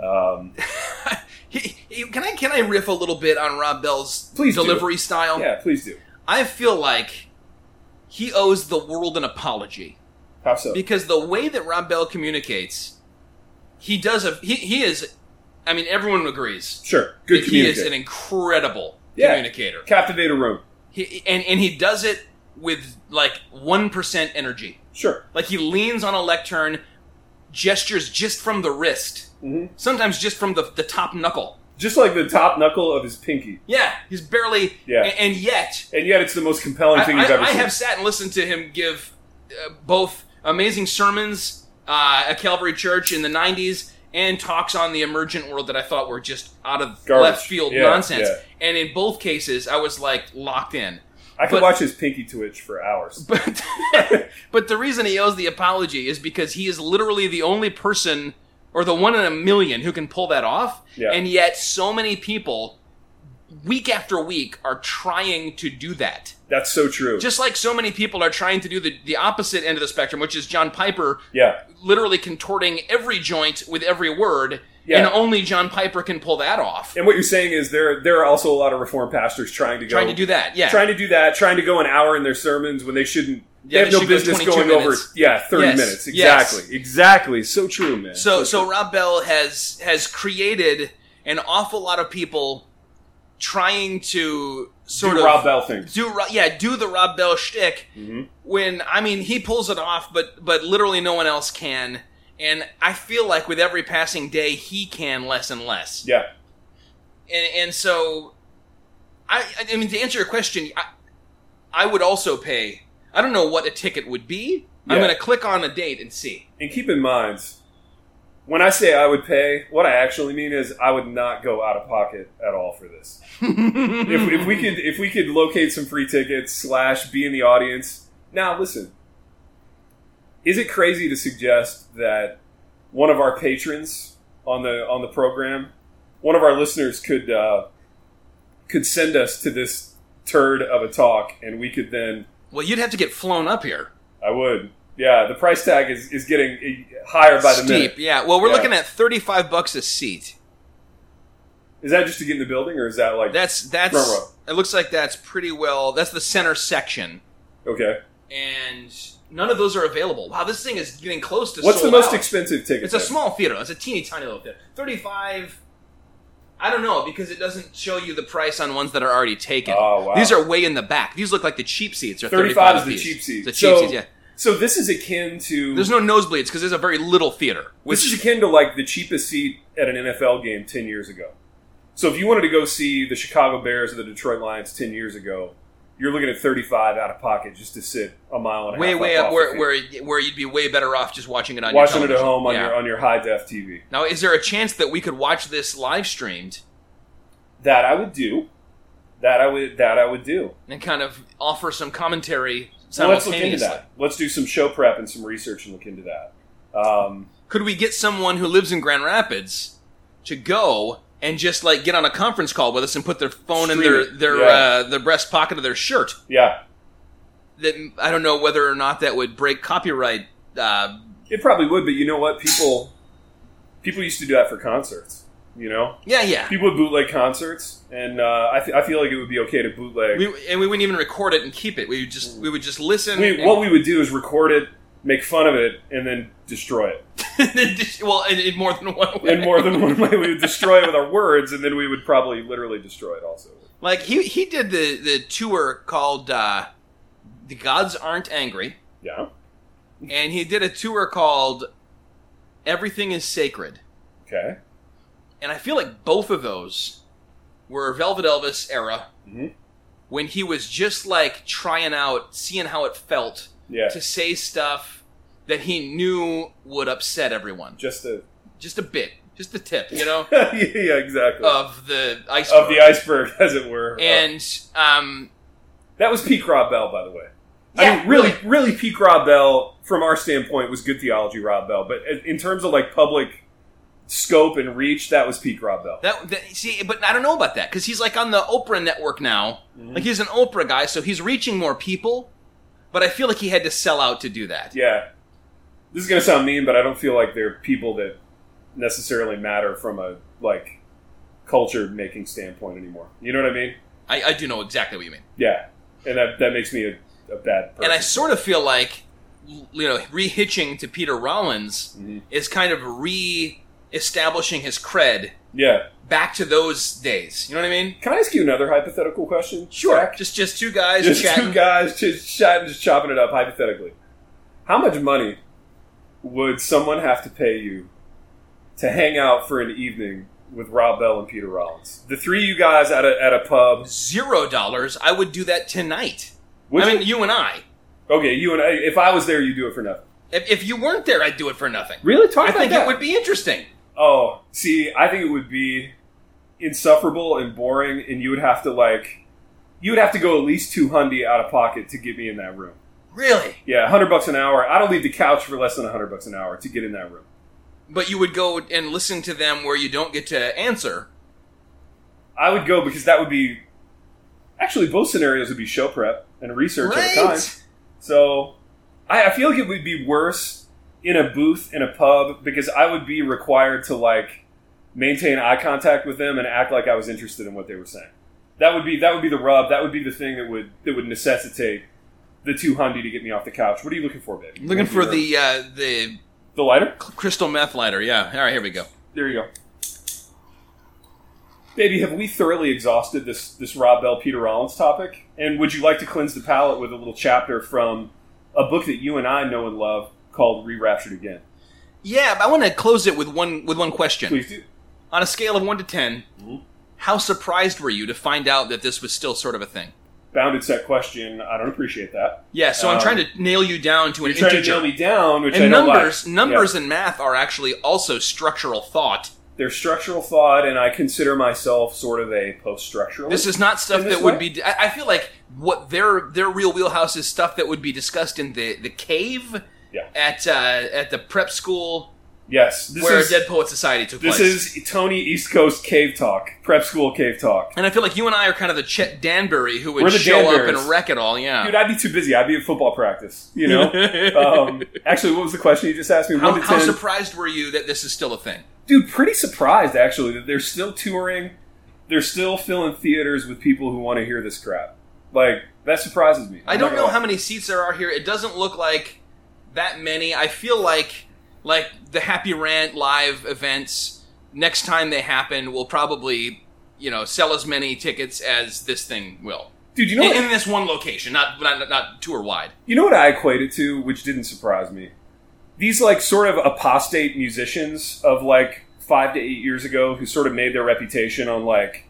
Speaker 2: Um,
Speaker 3: He- he- Can I can I riff a little bit on Rob Bell's
Speaker 2: Please do.
Speaker 3: delivery style?
Speaker 2: yeah, please do.
Speaker 3: I feel like he owes the world an apology
Speaker 2: How so?
Speaker 3: because the way that Rob Bell communicates, he does a he, he is. I mean, everyone agrees.
Speaker 2: Sure, good
Speaker 3: that he is an
Speaker 2: communicator.
Speaker 3: incredible
Speaker 2: Yeah.
Speaker 3: communicator.
Speaker 2: Captivate a room.
Speaker 3: He, and and he does it with like one percent energy.
Speaker 2: Sure.
Speaker 3: Like he leans on a lectern, gestures just from the wrist,
Speaker 2: Mhm.
Speaker 3: sometimes just from the, the top knuckle.
Speaker 2: Just like the top knuckle of his pinky,
Speaker 3: Yeah, he's barely.
Speaker 2: Yeah.
Speaker 3: And, and yet,
Speaker 2: and yet it's the most compelling
Speaker 3: I,
Speaker 2: thing you've
Speaker 3: I-
Speaker 2: ever
Speaker 3: I
Speaker 2: seen.
Speaker 3: have sat and listened to him give uh, both amazing sermons uh, at Calvary Church in the '90s and talks on the emergent world that I thought were just out of
Speaker 2: Garbage.
Speaker 3: left field
Speaker 2: Yeah,
Speaker 3: nonsense.
Speaker 2: yeah.
Speaker 3: And in both cases, I was like locked in.
Speaker 2: I could
Speaker 3: but-
Speaker 2: watch his pinky twitch for hours.
Speaker 3: But but the reason he owes the apology is because he is literally the only person or the one in a million who can pull that off.
Speaker 2: Yeah.
Speaker 3: And yet so many people week after week are trying to do that.
Speaker 2: That's so true.
Speaker 3: Just like so many people are trying to do the, the opposite end of the spectrum, which is John Piper
Speaker 2: yeah,
Speaker 3: literally contorting every joint with every word,
Speaker 2: Yeah.
Speaker 3: and only John Piper can pull that off.
Speaker 2: and what you're saying is there there are also a lot of reformed pastors trying to go
Speaker 3: Trying to do that, yeah.
Speaker 2: trying to do that, trying to go an hour in their sermons when they shouldn't.
Speaker 3: Yeah,
Speaker 2: they have
Speaker 3: they
Speaker 2: no
Speaker 3: should go
Speaker 2: business
Speaker 3: 22
Speaker 2: going
Speaker 3: minutes.
Speaker 2: over. Yeah, thirty
Speaker 3: Yes.
Speaker 2: minutes
Speaker 3: Yes.
Speaker 2: exactly, exactly. So true, man.
Speaker 3: So
Speaker 2: true.
Speaker 3: so Rob Bell has has created an awful lot of people trying to sort
Speaker 2: do
Speaker 3: of
Speaker 2: Rob Bell Mm-hmm. things.
Speaker 3: do Ro- yeah do the Rob Bell shtick when I mean he pulls it off, but but literally no one else can. And I feel like with every passing day, he can less and less.
Speaker 2: Yeah,
Speaker 3: And, and so, I I mean to answer your question, I, I would also pay. I don't know what a ticket would be. I'm
Speaker 2: Yeah.
Speaker 3: going to click on a date and see.
Speaker 2: and keep in mind, when I say I would pay, what I actually mean is I would not go out of pocket at all for this. if, if we could, if we could locate some free tickets slash be in the audience. Now, listen, is it crazy to suggest that one of our patrons on the on the program, one of our listeners could uh, could send us to this turd of a talk, and we could then
Speaker 3: Well, you'd have to get flown up here.
Speaker 2: I would. Yeah, the price tag is, is getting uh, higher by the
Speaker 3: steep.
Speaker 2: minute.
Speaker 3: Yeah. Well, we're
Speaker 2: Yeah.
Speaker 3: looking at thirty-five bucks a seat.
Speaker 2: Is that just to get in the building, or is that like
Speaker 3: That's that's.
Speaker 2: Front row.
Speaker 3: It looks like that's pretty well. That's the center section,
Speaker 2: okay?
Speaker 3: and none of those are available. Wow, this thing is getting close to.
Speaker 2: What's the
Speaker 3: sold
Speaker 2: most
Speaker 3: out.
Speaker 2: expensive ticket?
Speaker 3: It's a
Speaker 2: then?
Speaker 3: small theater. It's a teeny tiny little theater. Thirty-five. I don't know because it doesn't show you the price on ones that are already taken.
Speaker 2: Oh, wow.
Speaker 3: These are way in the back. These look like the cheap seats. Or
Speaker 2: 35
Speaker 3: thirty-five
Speaker 2: is the
Speaker 3: apiece.
Speaker 2: cheap seat.
Speaker 3: The cheap
Speaker 2: So-
Speaker 3: seats. Yeah.
Speaker 2: So this is akin to
Speaker 3: There's no nosebleeds because there's a very little theater.
Speaker 2: this is akin to like the cheapest seat at an NFL game ten years ago. So if you wanted to go see the Chicago Bears or the Detroit Lions ten years ago, you're looking at thirty five out of pocket just to sit a mile and a
Speaker 3: Way,
Speaker 2: half
Speaker 3: way
Speaker 2: off
Speaker 3: up
Speaker 2: the
Speaker 3: where,
Speaker 2: field.
Speaker 3: where where you'd be way better off just watching it on
Speaker 2: watching
Speaker 3: your
Speaker 2: it at
Speaker 3: television.
Speaker 2: home on
Speaker 3: Yeah.
Speaker 2: your on your high def TV.
Speaker 3: Now, is there a chance that we could watch this live streamed
Speaker 2: That I would do. That I would. That I would do.
Speaker 3: and kind of offer some commentary
Speaker 2: Well, let's look
Speaker 3: simultaneously.
Speaker 2: into that. Let's do some show prep and some research and look into that. Um,
Speaker 3: Could we get someone who lives in Grand Rapids to go and just like get on a conference call with us and put their phone in
Speaker 2: Stream
Speaker 3: their
Speaker 2: it.
Speaker 3: their
Speaker 2: Yeah.
Speaker 3: uh, their breast pocket of their shirt?
Speaker 2: yeah,
Speaker 3: That I don't know whether or not that would break copyright. Uh,
Speaker 2: it probably would, but you know what? People, people used to do that for concerts. You know,
Speaker 3: yeah, yeah.
Speaker 2: people would bootleg concerts, and uh, I, fe- I feel like it would be okay to bootleg.
Speaker 3: We, and we wouldn't even record it and keep it. We would just we would just listen.
Speaker 2: We,
Speaker 3: and-
Speaker 2: what we would do is record it, make fun of it, and then destroy it.
Speaker 3: well, in, in more than one way.
Speaker 2: In more than one way, we would destroy it with our words, and then we would probably literally destroy it also.
Speaker 3: Like he he did the the tour called uh, "The Gods Aren't Angry,"
Speaker 2: Yeah.
Speaker 3: and he did a tour called "Everything Is Sacred."
Speaker 2: Okay.
Speaker 3: And I feel like both of those were Velvet Elvis era,
Speaker 2: Mhm.
Speaker 3: when he was just like trying out, seeing how it felt
Speaker 2: Yeah.
Speaker 3: to say stuff that he knew would upset everyone,
Speaker 2: Just a.
Speaker 3: just a bit, just a tip, you know,
Speaker 2: yeah, exactly.
Speaker 3: of the iceberg.
Speaker 2: of the iceberg, as it were.
Speaker 3: Oh. and um,
Speaker 2: that was peak Rob Bell, by the way. I
Speaker 3: Yeah,
Speaker 2: mean, really, really peak Rob Bell from our standpoint was good theology, Rob Bell. But in- in terms of like public scope and reach, that was peak Rob Bell.
Speaker 3: That, that see, but I don't know about that because he's like on the Oprah network now.
Speaker 2: Mm-hmm.
Speaker 3: Like he's an Oprah guy, so he's reaching more people. But I feel like he had to sell out to do that.
Speaker 2: Yeah. This is going to sound mean, but I don't feel like they're people that necessarily matter from a like culture making standpoint anymore. You know what I mean?
Speaker 3: I, I do know exactly what you mean,
Speaker 2: Yeah. And that that makes me a, a bad person.
Speaker 3: and I sort of feel like l- you know rehitching to Peter Rollins
Speaker 2: Mhm.
Speaker 3: is kind of re-establishing his cred
Speaker 2: yeah.
Speaker 3: back to those days. You know what I mean?
Speaker 2: Can I ask you another hypothetical question? Zach?
Speaker 3: Just just two guys
Speaker 2: just
Speaker 3: chatting.
Speaker 2: two guys just chatting, just chopping it up hypothetically. How much money would someone have to pay you to hang out for an evening with Rob Bell and Peter Rollins? The three of you guys at a at a pub.
Speaker 3: Zero dollars. I would do that tonight.
Speaker 2: Would
Speaker 3: I
Speaker 2: you?
Speaker 3: mean, you and I.
Speaker 2: okay, you and I, if I was there, you do it for nothing.
Speaker 3: If, if you weren't there, I'd do it for nothing.
Speaker 2: Really? Talk
Speaker 3: I
Speaker 2: about
Speaker 3: think
Speaker 2: that.
Speaker 3: it would be interesting.
Speaker 2: Oh, see, I think it would be insufferable and boring, and you would have to like, you would have to go at least two hundred out of pocket to get me in that room.
Speaker 3: Really?
Speaker 2: Yeah, hundred bucks an hour. I don't leave the couch for less than hundred bucks an hour to get in that room.
Speaker 3: But you would go and listen to them where you don't get to answer.
Speaker 2: I would go because that would be actually both scenarios would be show prep and research at a time. So I, I feel like it would be worse in a booth in a pub because I would be required to like maintain eye contact with them and act like I was interested in what they were saying. That would be that would be the rub. That would be the thing that would that would necessitate the two hundred to get me off the couch. What are you looking for, baby?
Speaker 3: Looking for the uh, the
Speaker 2: the lighter.
Speaker 3: crystal meth lighter. Yeah. All right, here we go.
Speaker 2: There you go. Baby, have we thoroughly exhausted this this Rob Bell Peter Rollins topic? And would you like to cleanse the palate with a little chapter from a book that you and I know and love called Re-Raptured Again?
Speaker 3: Yeah, but I want to close it with one with one question.
Speaker 2: Please do.
Speaker 3: On a scale of one to 10 how surprised were you to find out that this was still sort of a thing?
Speaker 2: Bounded set question. I don't appreciate that.
Speaker 3: Yeah. So I'm
Speaker 2: Um,
Speaker 3: trying to nail you down to an
Speaker 2: You're trying to
Speaker 3: integer.
Speaker 2: nail me down, which I
Speaker 3: and
Speaker 2: don't
Speaker 3: numbers,
Speaker 2: like.
Speaker 3: numbers,
Speaker 2: Yeah.
Speaker 3: and math are actually also structural thought.
Speaker 2: They're structural thought, and I consider myself sort of a post-structuralist.
Speaker 3: This is not stuff
Speaker 2: In this
Speaker 3: that would
Speaker 2: way?
Speaker 3: be. I I feel like what their their real wheelhouse is stuff that would be discussed in the the cave
Speaker 2: Yeah.
Speaker 3: at uh, at the prep school
Speaker 2: yes. This
Speaker 3: where
Speaker 2: is
Speaker 3: Dead Poet Society took
Speaker 2: this
Speaker 3: place.
Speaker 2: is Tony East Coast cave talk, prep school cave talk.
Speaker 3: and I feel like you and I are kind of the Chet Danbury who
Speaker 2: We're
Speaker 3: would
Speaker 2: the
Speaker 3: show up
Speaker 2: Danburys.
Speaker 3: and wreck it all. Yeah.
Speaker 2: Dude, I'd be too busy. I'd be at football practice. You know. um, actually, what was the question you just asked me?
Speaker 3: how,
Speaker 2: One to
Speaker 3: how
Speaker 2: ten.
Speaker 3: surprised were you that this is still a thing?
Speaker 2: Dude, pretty surprised actually that they're still touring. They're still filling theaters with people who want to hear this crap. Like that surprises me.
Speaker 3: I don't know how many seats there are here. It doesn't look like that many. I feel like like the Happy Rant live events next time they happen will probably you know sell as many tickets as this thing will
Speaker 2: Dude, you know
Speaker 3: in,
Speaker 2: what,
Speaker 3: in this one location, not not not tour wide.
Speaker 2: you know what I equate it to, which didn't surprise me. These like sort of apostate musicians of like five to eight years ago who sort of made their reputation on like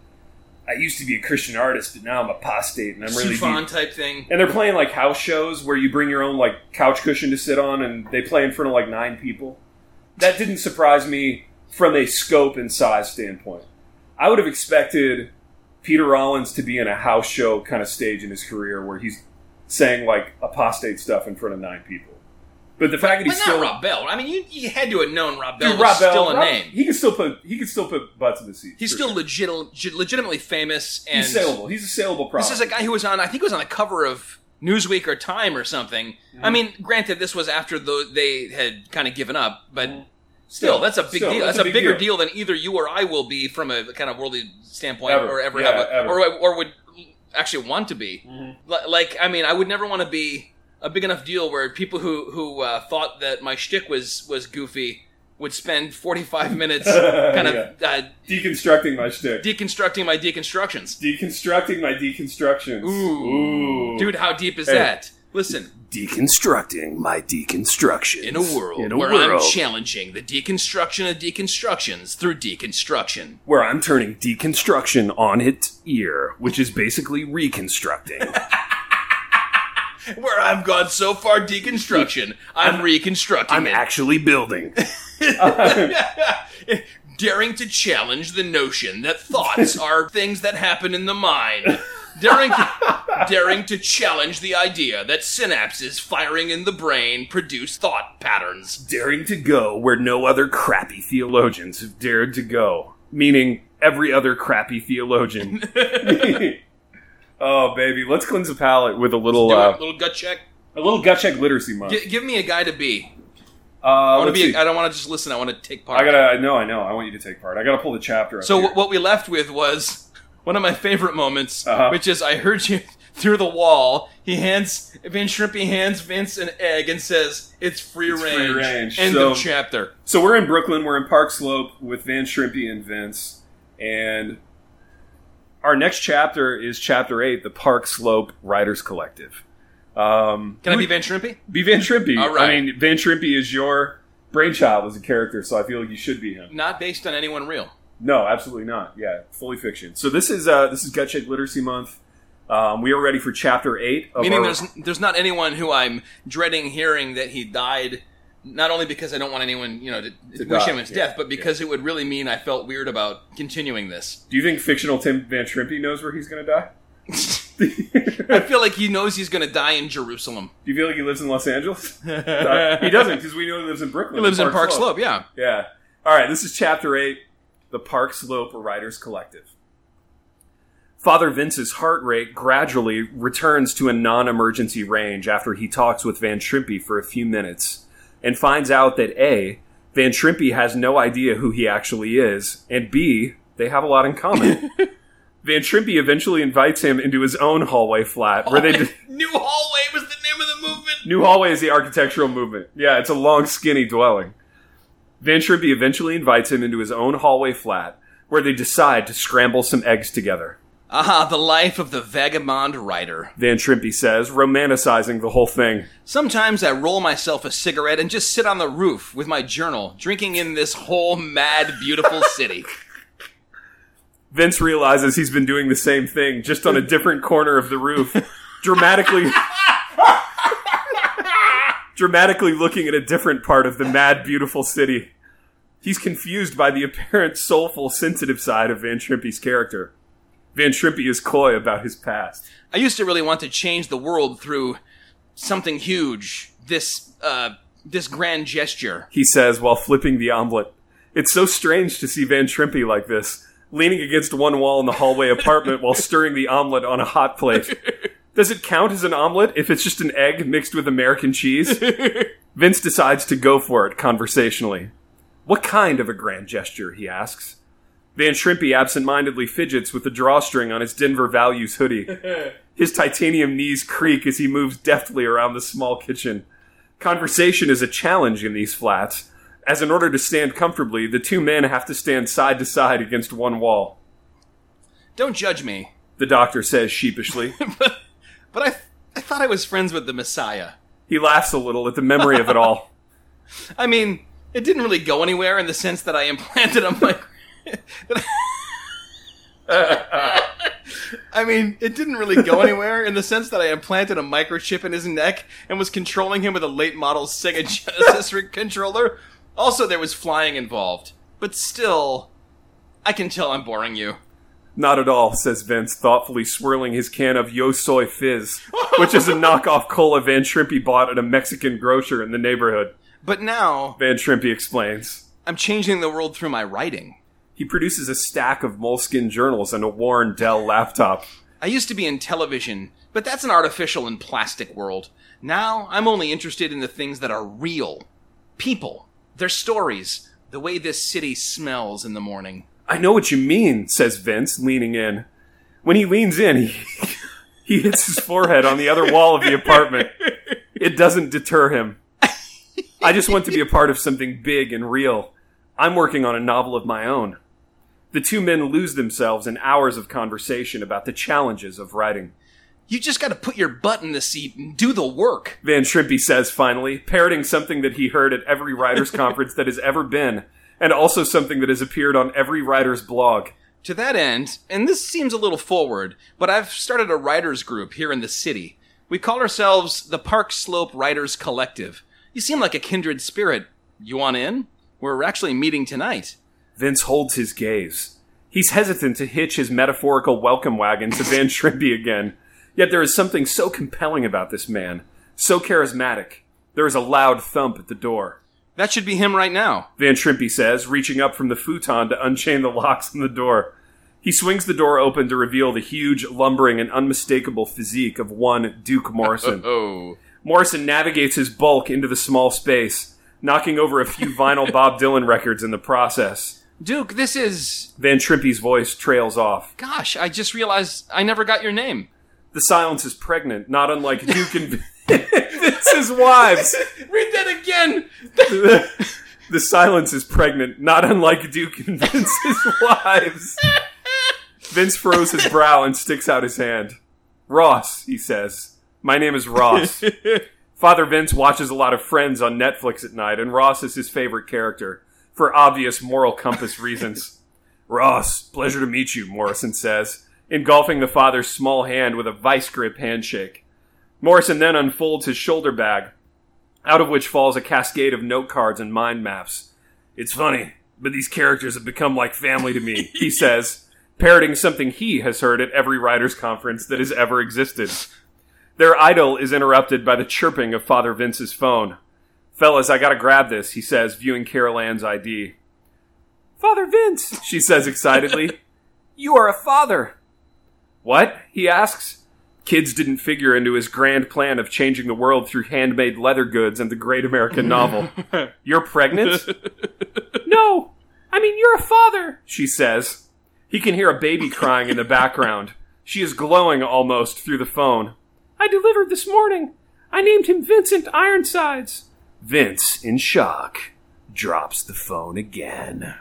Speaker 2: I used to be a Christian artist, but now I'm apostate and I'm really deep
Speaker 3: Sufan type thing.
Speaker 2: And they're playing like house shows where you bring your own like couch cushion to sit on and they play in front of like nine people. That didn't surprise me from a scope and size standpoint. I would have expected Peter Rollins to be in a house show kind of stage in his career where he's saying like apostate stuff in front of nine people. But the fact that
Speaker 3: But
Speaker 2: he's
Speaker 3: not
Speaker 2: still
Speaker 3: Rob Bell. I mean, you, you had to have known Rob Bell
Speaker 2: Dude, Rob
Speaker 3: was
Speaker 2: Bell,
Speaker 3: still a
Speaker 2: Rob-
Speaker 3: name.
Speaker 2: He can still put he can still put butts in the seat.
Speaker 3: He's
Speaker 2: for
Speaker 3: still
Speaker 2: sure.
Speaker 3: legit, legit- legitimately famous. And
Speaker 2: he's saleable. He's a saleable product.
Speaker 3: This is a guy who was on, I think, he was on the cover of Newsweek or Time or something.
Speaker 2: Mm-hmm.
Speaker 3: I mean, granted, this was after the, they had kind of given up, but still, that's a big
Speaker 2: Mm-hmm. Still,
Speaker 3: deal.
Speaker 2: that's
Speaker 3: That's,
Speaker 2: a
Speaker 3: a,
Speaker 2: big
Speaker 3: bigger
Speaker 2: deal.
Speaker 3: deal. than either you or I will be from a kind of worldly standpoint,
Speaker 2: Ever.
Speaker 3: or ever
Speaker 2: Yeah,
Speaker 3: have, a,
Speaker 2: ever. Mm-hmm.
Speaker 3: or or would actually want to be. Li- Like, I mean, I would never want to be a big enough deal where people who who uh, thought that my shtick was was goofy would spend forty five minutes kind of uh,
Speaker 2: deconstructing my shtick.
Speaker 3: deconstructing my deconstructions.
Speaker 2: deconstructing my deconstructions.
Speaker 3: Ooh.
Speaker 2: Ooh.
Speaker 3: Dude, how deep is
Speaker 2: Hey.
Speaker 3: that? Listen,
Speaker 4: Deconstructing my deconstruction.
Speaker 3: in a world
Speaker 4: in a
Speaker 3: where
Speaker 4: world
Speaker 3: I'm challenging the deconstruction of deconstructions through deconstruction.
Speaker 4: where I'm turning deconstruction on its ear, which is basically reconstructing.
Speaker 3: Where I've gone so far deconstruction, I'm, reconstructing
Speaker 4: I'm
Speaker 3: it.
Speaker 4: actually building.
Speaker 3: Daring to challenge the notion that thoughts are things that happen in the mind. Daring to, daring to challenge the idea that synapses firing in the brain produce thought patterns.
Speaker 4: Daring to go where no other crappy theologians have dared to go. Meaning every other crappy theologian.
Speaker 2: oh baby, let's cleanse the palate with a little
Speaker 3: Do a
Speaker 2: uh,
Speaker 3: little gut check.
Speaker 2: a little gut check literacy month.
Speaker 3: Gi- give me a guy to be.
Speaker 2: Uh,
Speaker 3: I want
Speaker 2: let's
Speaker 3: to be.
Speaker 2: see.
Speaker 3: A, I don't want to just listen. I want to take part.
Speaker 2: I gotta. No, I know. I want you to take part. I gotta pull the chapter. Up
Speaker 3: so
Speaker 2: here.
Speaker 3: wh- what we left with was one of my favorite moments,
Speaker 2: Uh-huh.
Speaker 3: which is I heard you through the wall. He hands Vince Shrimpy hands Vince an egg and says, "It's free
Speaker 2: It's free
Speaker 3: range."
Speaker 2: range,
Speaker 3: End
Speaker 2: so-
Speaker 3: of chapter.
Speaker 2: So we're in Brooklyn. We're in Park Slope with Van Shrimpy and Vince, and our next chapter is chapter eight, the Park Slope Writers Collective. Um,
Speaker 3: Can I be Van Shrimpy?
Speaker 2: be Van Shrimpy?
Speaker 3: All right.
Speaker 2: I mean, Van Shrimpy is your brainchild as a character, so I feel like you should be him.
Speaker 3: Not based on anyone real.
Speaker 2: No, absolutely not. Yeah, fully fiction. So this is uh, this is Gut Check Literacy Month. Um, we are ready for chapter eight. Of
Speaker 3: Meaning
Speaker 2: our-
Speaker 3: there's there's not anyone who I'm dreading hearing that he died. Not only because I don't want anyone, you know, to, wish
Speaker 2: die,
Speaker 3: him his
Speaker 2: yeah,
Speaker 3: death, but because it would really mean I felt weird about continuing this.
Speaker 2: Do you think fictional Tim Van Shrimpy knows where he's going to die?
Speaker 3: I feel like he knows he's going to die in Jerusalem.
Speaker 2: Do you feel like he lives in Los Angeles? Uh, he doesn't, because we know he lives in Brooklyn.
Speaker 3: He lives in Park Slope, yeah.
Speaker 2: Yeah. All right, this is chapter 8, the Park Slope Writers Collective. Father Vince's heart rate gradually returns to a non emergency range after he talks with Van Shrimpy for a few minutes and finds out that A, Van Shrimpy has no idea who he actually is, and B, they have a lot in common. Van Shrimpy eventually invites him into his own hallway flat where they.
Speaker 3: Oh
Speaker 2: d-
Speaker 3: New Hallway was the name of the movement.
Speaker 2: New Hallway is the architectural movement. Yeah, it's a long, skinny dwelling. Van Shrimpy eventually invites him into his own hallway flat, where they decide to scramble some eggs together.
Speaker 3: Ah, the life of the vagabond writer.
Speaker 2: Van Shrimpy says, romanticizing the whole thing.
Speaker 3: Sometimes I roll myself a cigarette and just sit on the roof with my journal, drinking in this whole mad, beautiful city.
Speaker 2: Vince realizes he's been doing the same thing, just on a different corner of the roof, dramatically. dramatically looking at a different part of the mad, beautiful city. He's confused by the apparent soulful, sensitive side of Van Shrimpy's character. Van Shrimpy is coy about his past.
Speaker 3: I used to really want to change the world through something huge. This, uh, this grand gesture.
Speaker 2: he says while flipping the omelet. It's so strange to see Van Trimpy like this, leaning against one wall in the hallway apartment while stirring the omelet on a hot plate. Does it count as an omelet if it's just an egg mixed with American cheese? Vince decides to go for it conversationally. What kind of a grand gesture? he asks. Van Shrimpy absentmindedly fidgets with the drawstring on his Denver Values hoodie. His titanium knees creak as he moves deftly around the small kitchen. Conversation is a challenge in these flats, as in order to stand comfortably, the two men have to stand side to side against one wall.
Speaker 3: Don't judge me,
Speaker 2: The doctor says sheepishly.
Speaker 3: but I, I thought I was friends with the Messiah.
Speaker 2: he laughs a little at the memory of it all.
Speaker 3: I mean, it didn't really go anywhere in the sense that I implanted on my. that I- I mean, it didn't really go anywhere in the sense that I implanted a microchip in his neck and was controlling him with a late model Sega Genesis controller. Also, there was flying involved. But still, I can tell I'm boring you.
Speaker 2: Not at all, says Vince, thoughtfully swirling his can of Yo Soy Fizz, which is a knockoff cola Van Trimpe bought at a Mexican grocer in the neighborhood.
Speaker 3: But now
Speaker 2: Van Trimpe explains.
Speaker 3: I'm changing the world through my writing.
Speaker 2: He produces a stack of moleskin journals and a worn Dell laptop.
Speaker 3: I used to be in television, but that's an artificial and plastic world. Now I'm only interested in the things that are real. People, their stories, the way this city smells in the morning.
Speaker 2: I know what you mean, says Vince, leaning in. When he leans in, he, he hits his forehead on the other wall of the apartment. It doesn't deter him. I just want to be a part of something big and real. I'm working on a novel of my own. The two men lose themselves in hours of conversation about the challenges of writing.
Speaker 3: You just gotta put your butt in the seat and do the work.
Speaker 2: Van Trimpe says finally, parroting something that he heard at every writer's conference that has ever been, and also something that has appeared on every writer's blog.
Speaker 3: To that end, and this seems a little forward, but I've started a writers group here in the city. We call ourselves the Park Slope Writers Collective. You seem like a kindred spirit. You want in? We're actually meeting tonight.
Speaker 2: Vince holds his gaze. He's hesitant to hitch his metaphorical welcome wagon to Van Trimpe again. Yet there is something so compelling about this man, so charismatic. There is a loud thump at the door.
Speaker 3: That should be him right now.
Speaker 2: Van Trimpe says, reaching up from the futon to unchain the locks on the door. He swings the door open to reveal the huge, lumbering, and unmistakable physique of one Duke Morrison.
Speaker 3: Oh.
Speaker 2: Morrison navigates his bulk into the small space, knocking over a few vinyl Bob Dylan records in the process.
Speaker 3: Duke, this is.
Speaker 2: Van Trimpe's voice trails off.
Speaker 3: Gosh, I just realized I never got your name.
Speaker 2: The silence is pregnant, not unlike Duke and Vince's wives.
Speaker 3: Read that again!
Speaker 2: the, the silence is pregnant, not unlike Duke and Vince's wives. Vince furrows his brow and sticks out his hand. Ross, he says. My name is Ross. Father Vince watches a lot of Friends on Netflix at night, and Ross is his favorite character, for obvious moral compass reasons. Ross, pleasure to meet you, Morrison says, engulfing the father's small hand with a vice grip handshake. Morrison then unfolds his shoulder bag, out of which falls a cascade of note cards and mind maps. It's funny, but these characters have become like family to me, he says, parroting something he has heard at every writers' conference that has ever existed. Their idol is interrupted by the chirping of Father Vince's phone. Fellas, I gotta grab this, he says, viewing Carol Ann's ID. Father Vince, she says excitedly. you are a father. What? he asks. Kids didn't figure into his grand plan of changing the world through handmade leather goods and the great American novel. You're pregnant? no. I mean, you're a father, she says. He can hear a baby crying in the background. She is glowing almost through the phone. I delivered this morning. I named him Vincent Ironsides.
Speaker 4: Vince, in shock, drops the phone again.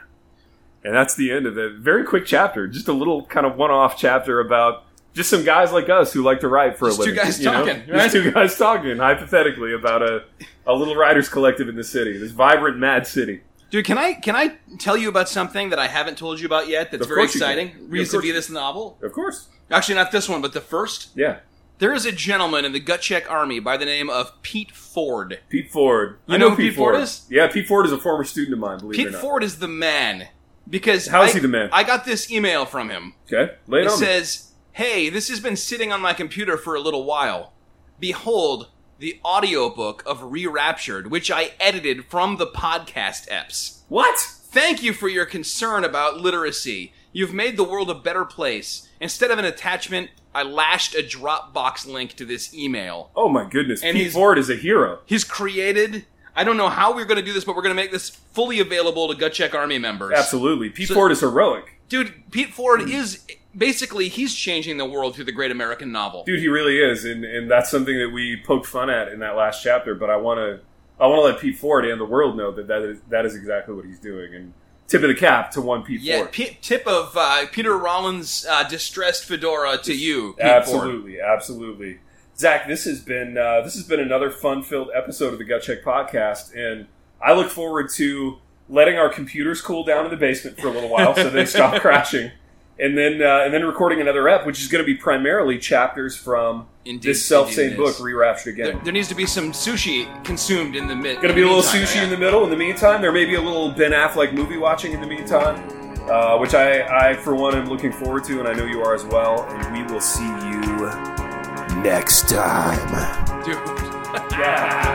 Speaker 2: And that's the end of the very quick chapter. Just a little kind of one off chapter about just some guys like us who like to write for
Speaker 3: Just
Speaker 2: a
Speaker 3: two
Speaker 2: living.
Speaker 3: guys
Speaker 2: you know?
Speaker 3: talking, right?
Speaker 2: Just two guys talking, hypothetically, about a, a little writers collective in the city, this vibrant, mad city.
Speaker 3: Dude, can I can I tell you about something that I haven't told you about yet that's
Speaker 2: Of
Speaker 3: very
Speaker 2: course you can.
Speaker 3: exciting?
Speaker 2: Yeah, of course
Speaker 3: Vis-a-vis
Speaker 2: you
Speaker 3: this novel?
Speaker 2: Of course.
Speaker 3: Actually, not this one, but the first.
Speaker 2: Yeah.
Speaker 3: There is a gentleman in the gut check army by the name of Pete Ford.
Speaker 2: Pete Ford.
Speaker 3: You
Speaker 2: I
Speaker 3: know who Pete Ford is?
Speaker 2: Yeah, Pete Ford is a former student of mine, believe it
Speaker 3: Pete
Speaker 2: or not.
Speaker 3: Ford is the man. Because
Speaker 2: How is
Speaker 3: I-
Speaker 2: he the man?
Speaker 3: I got this email from him.
Speaker 2: Okay. Lay it,
Speaker 3: It
Speaker 2: on me.
Speaker 3: says, Hey, this has been sitting on my computer for a little while. Behold the audiobook of Re-Raptured, which I edited from the podcast EPS.
Speaker 2: What?
Speaker 3: Thank you for your concern about literacy. You've made the world a better place. Instead of an attachment, I lashed a Dropbox link to this email.
Speaker 2: Oh my goodness.
Speaker 3: And
Speaker 2: Pete
Speaker 3: he's-
Speaker 2: Ford is a hero.
Speaker 3: He's created. I don't know how we're going to do this, but we're going to make this fully available to Gut Check Army members.
Speaker 2: Absolutely. Pete
Speaker 3: So-
Speaker 2: Ford is heroic.
Speaker 3: Dude, Pete Ford is basically, he's changing the world through the great American novel.
Speaker 2: Dude, he really is, and, and that's something that we poked fun at in that last chapter, but I wanna I wanna let Pete Ford and the world know that that is that is exactly what he's doing. And tip of the cap to one Pete
Speaker 3: Yeah,
Speaker 2: Ford.
Speaker 3: p- tip of uh, Peter Rollins' uh, distressed fedora to you, Pete Ford.
Speaker 2: absolutely, absolutely. Zach, this has been uh, this has been another fun filled episode of the Gut Check Podcast, and I look forward to letting our computers cool down in the basement for a little while so they stop crashing, and then uh, and then recording another ep, which is going to be primarily chapters from
Speaker 3: Indeed,
Speaker 2: this self same
Speaker 3: indeed it
Speaker 2: book,
Speaker 3: is.
Speaker 2: Rewraptured Again.
Speaker 3: There, there needs to be some sushi consumed in the mid.
Speaker 2: Gonna be a little sushi in the middle. In the meantime, there may be a little Ben Affleck movie watching in the meantime. uh, which I, I, for one, am looking forward to, and I know you are as well. And we will see you
Speaker 4: Next time.
Speaker 1: Dude.
Speaker 2: Yeah.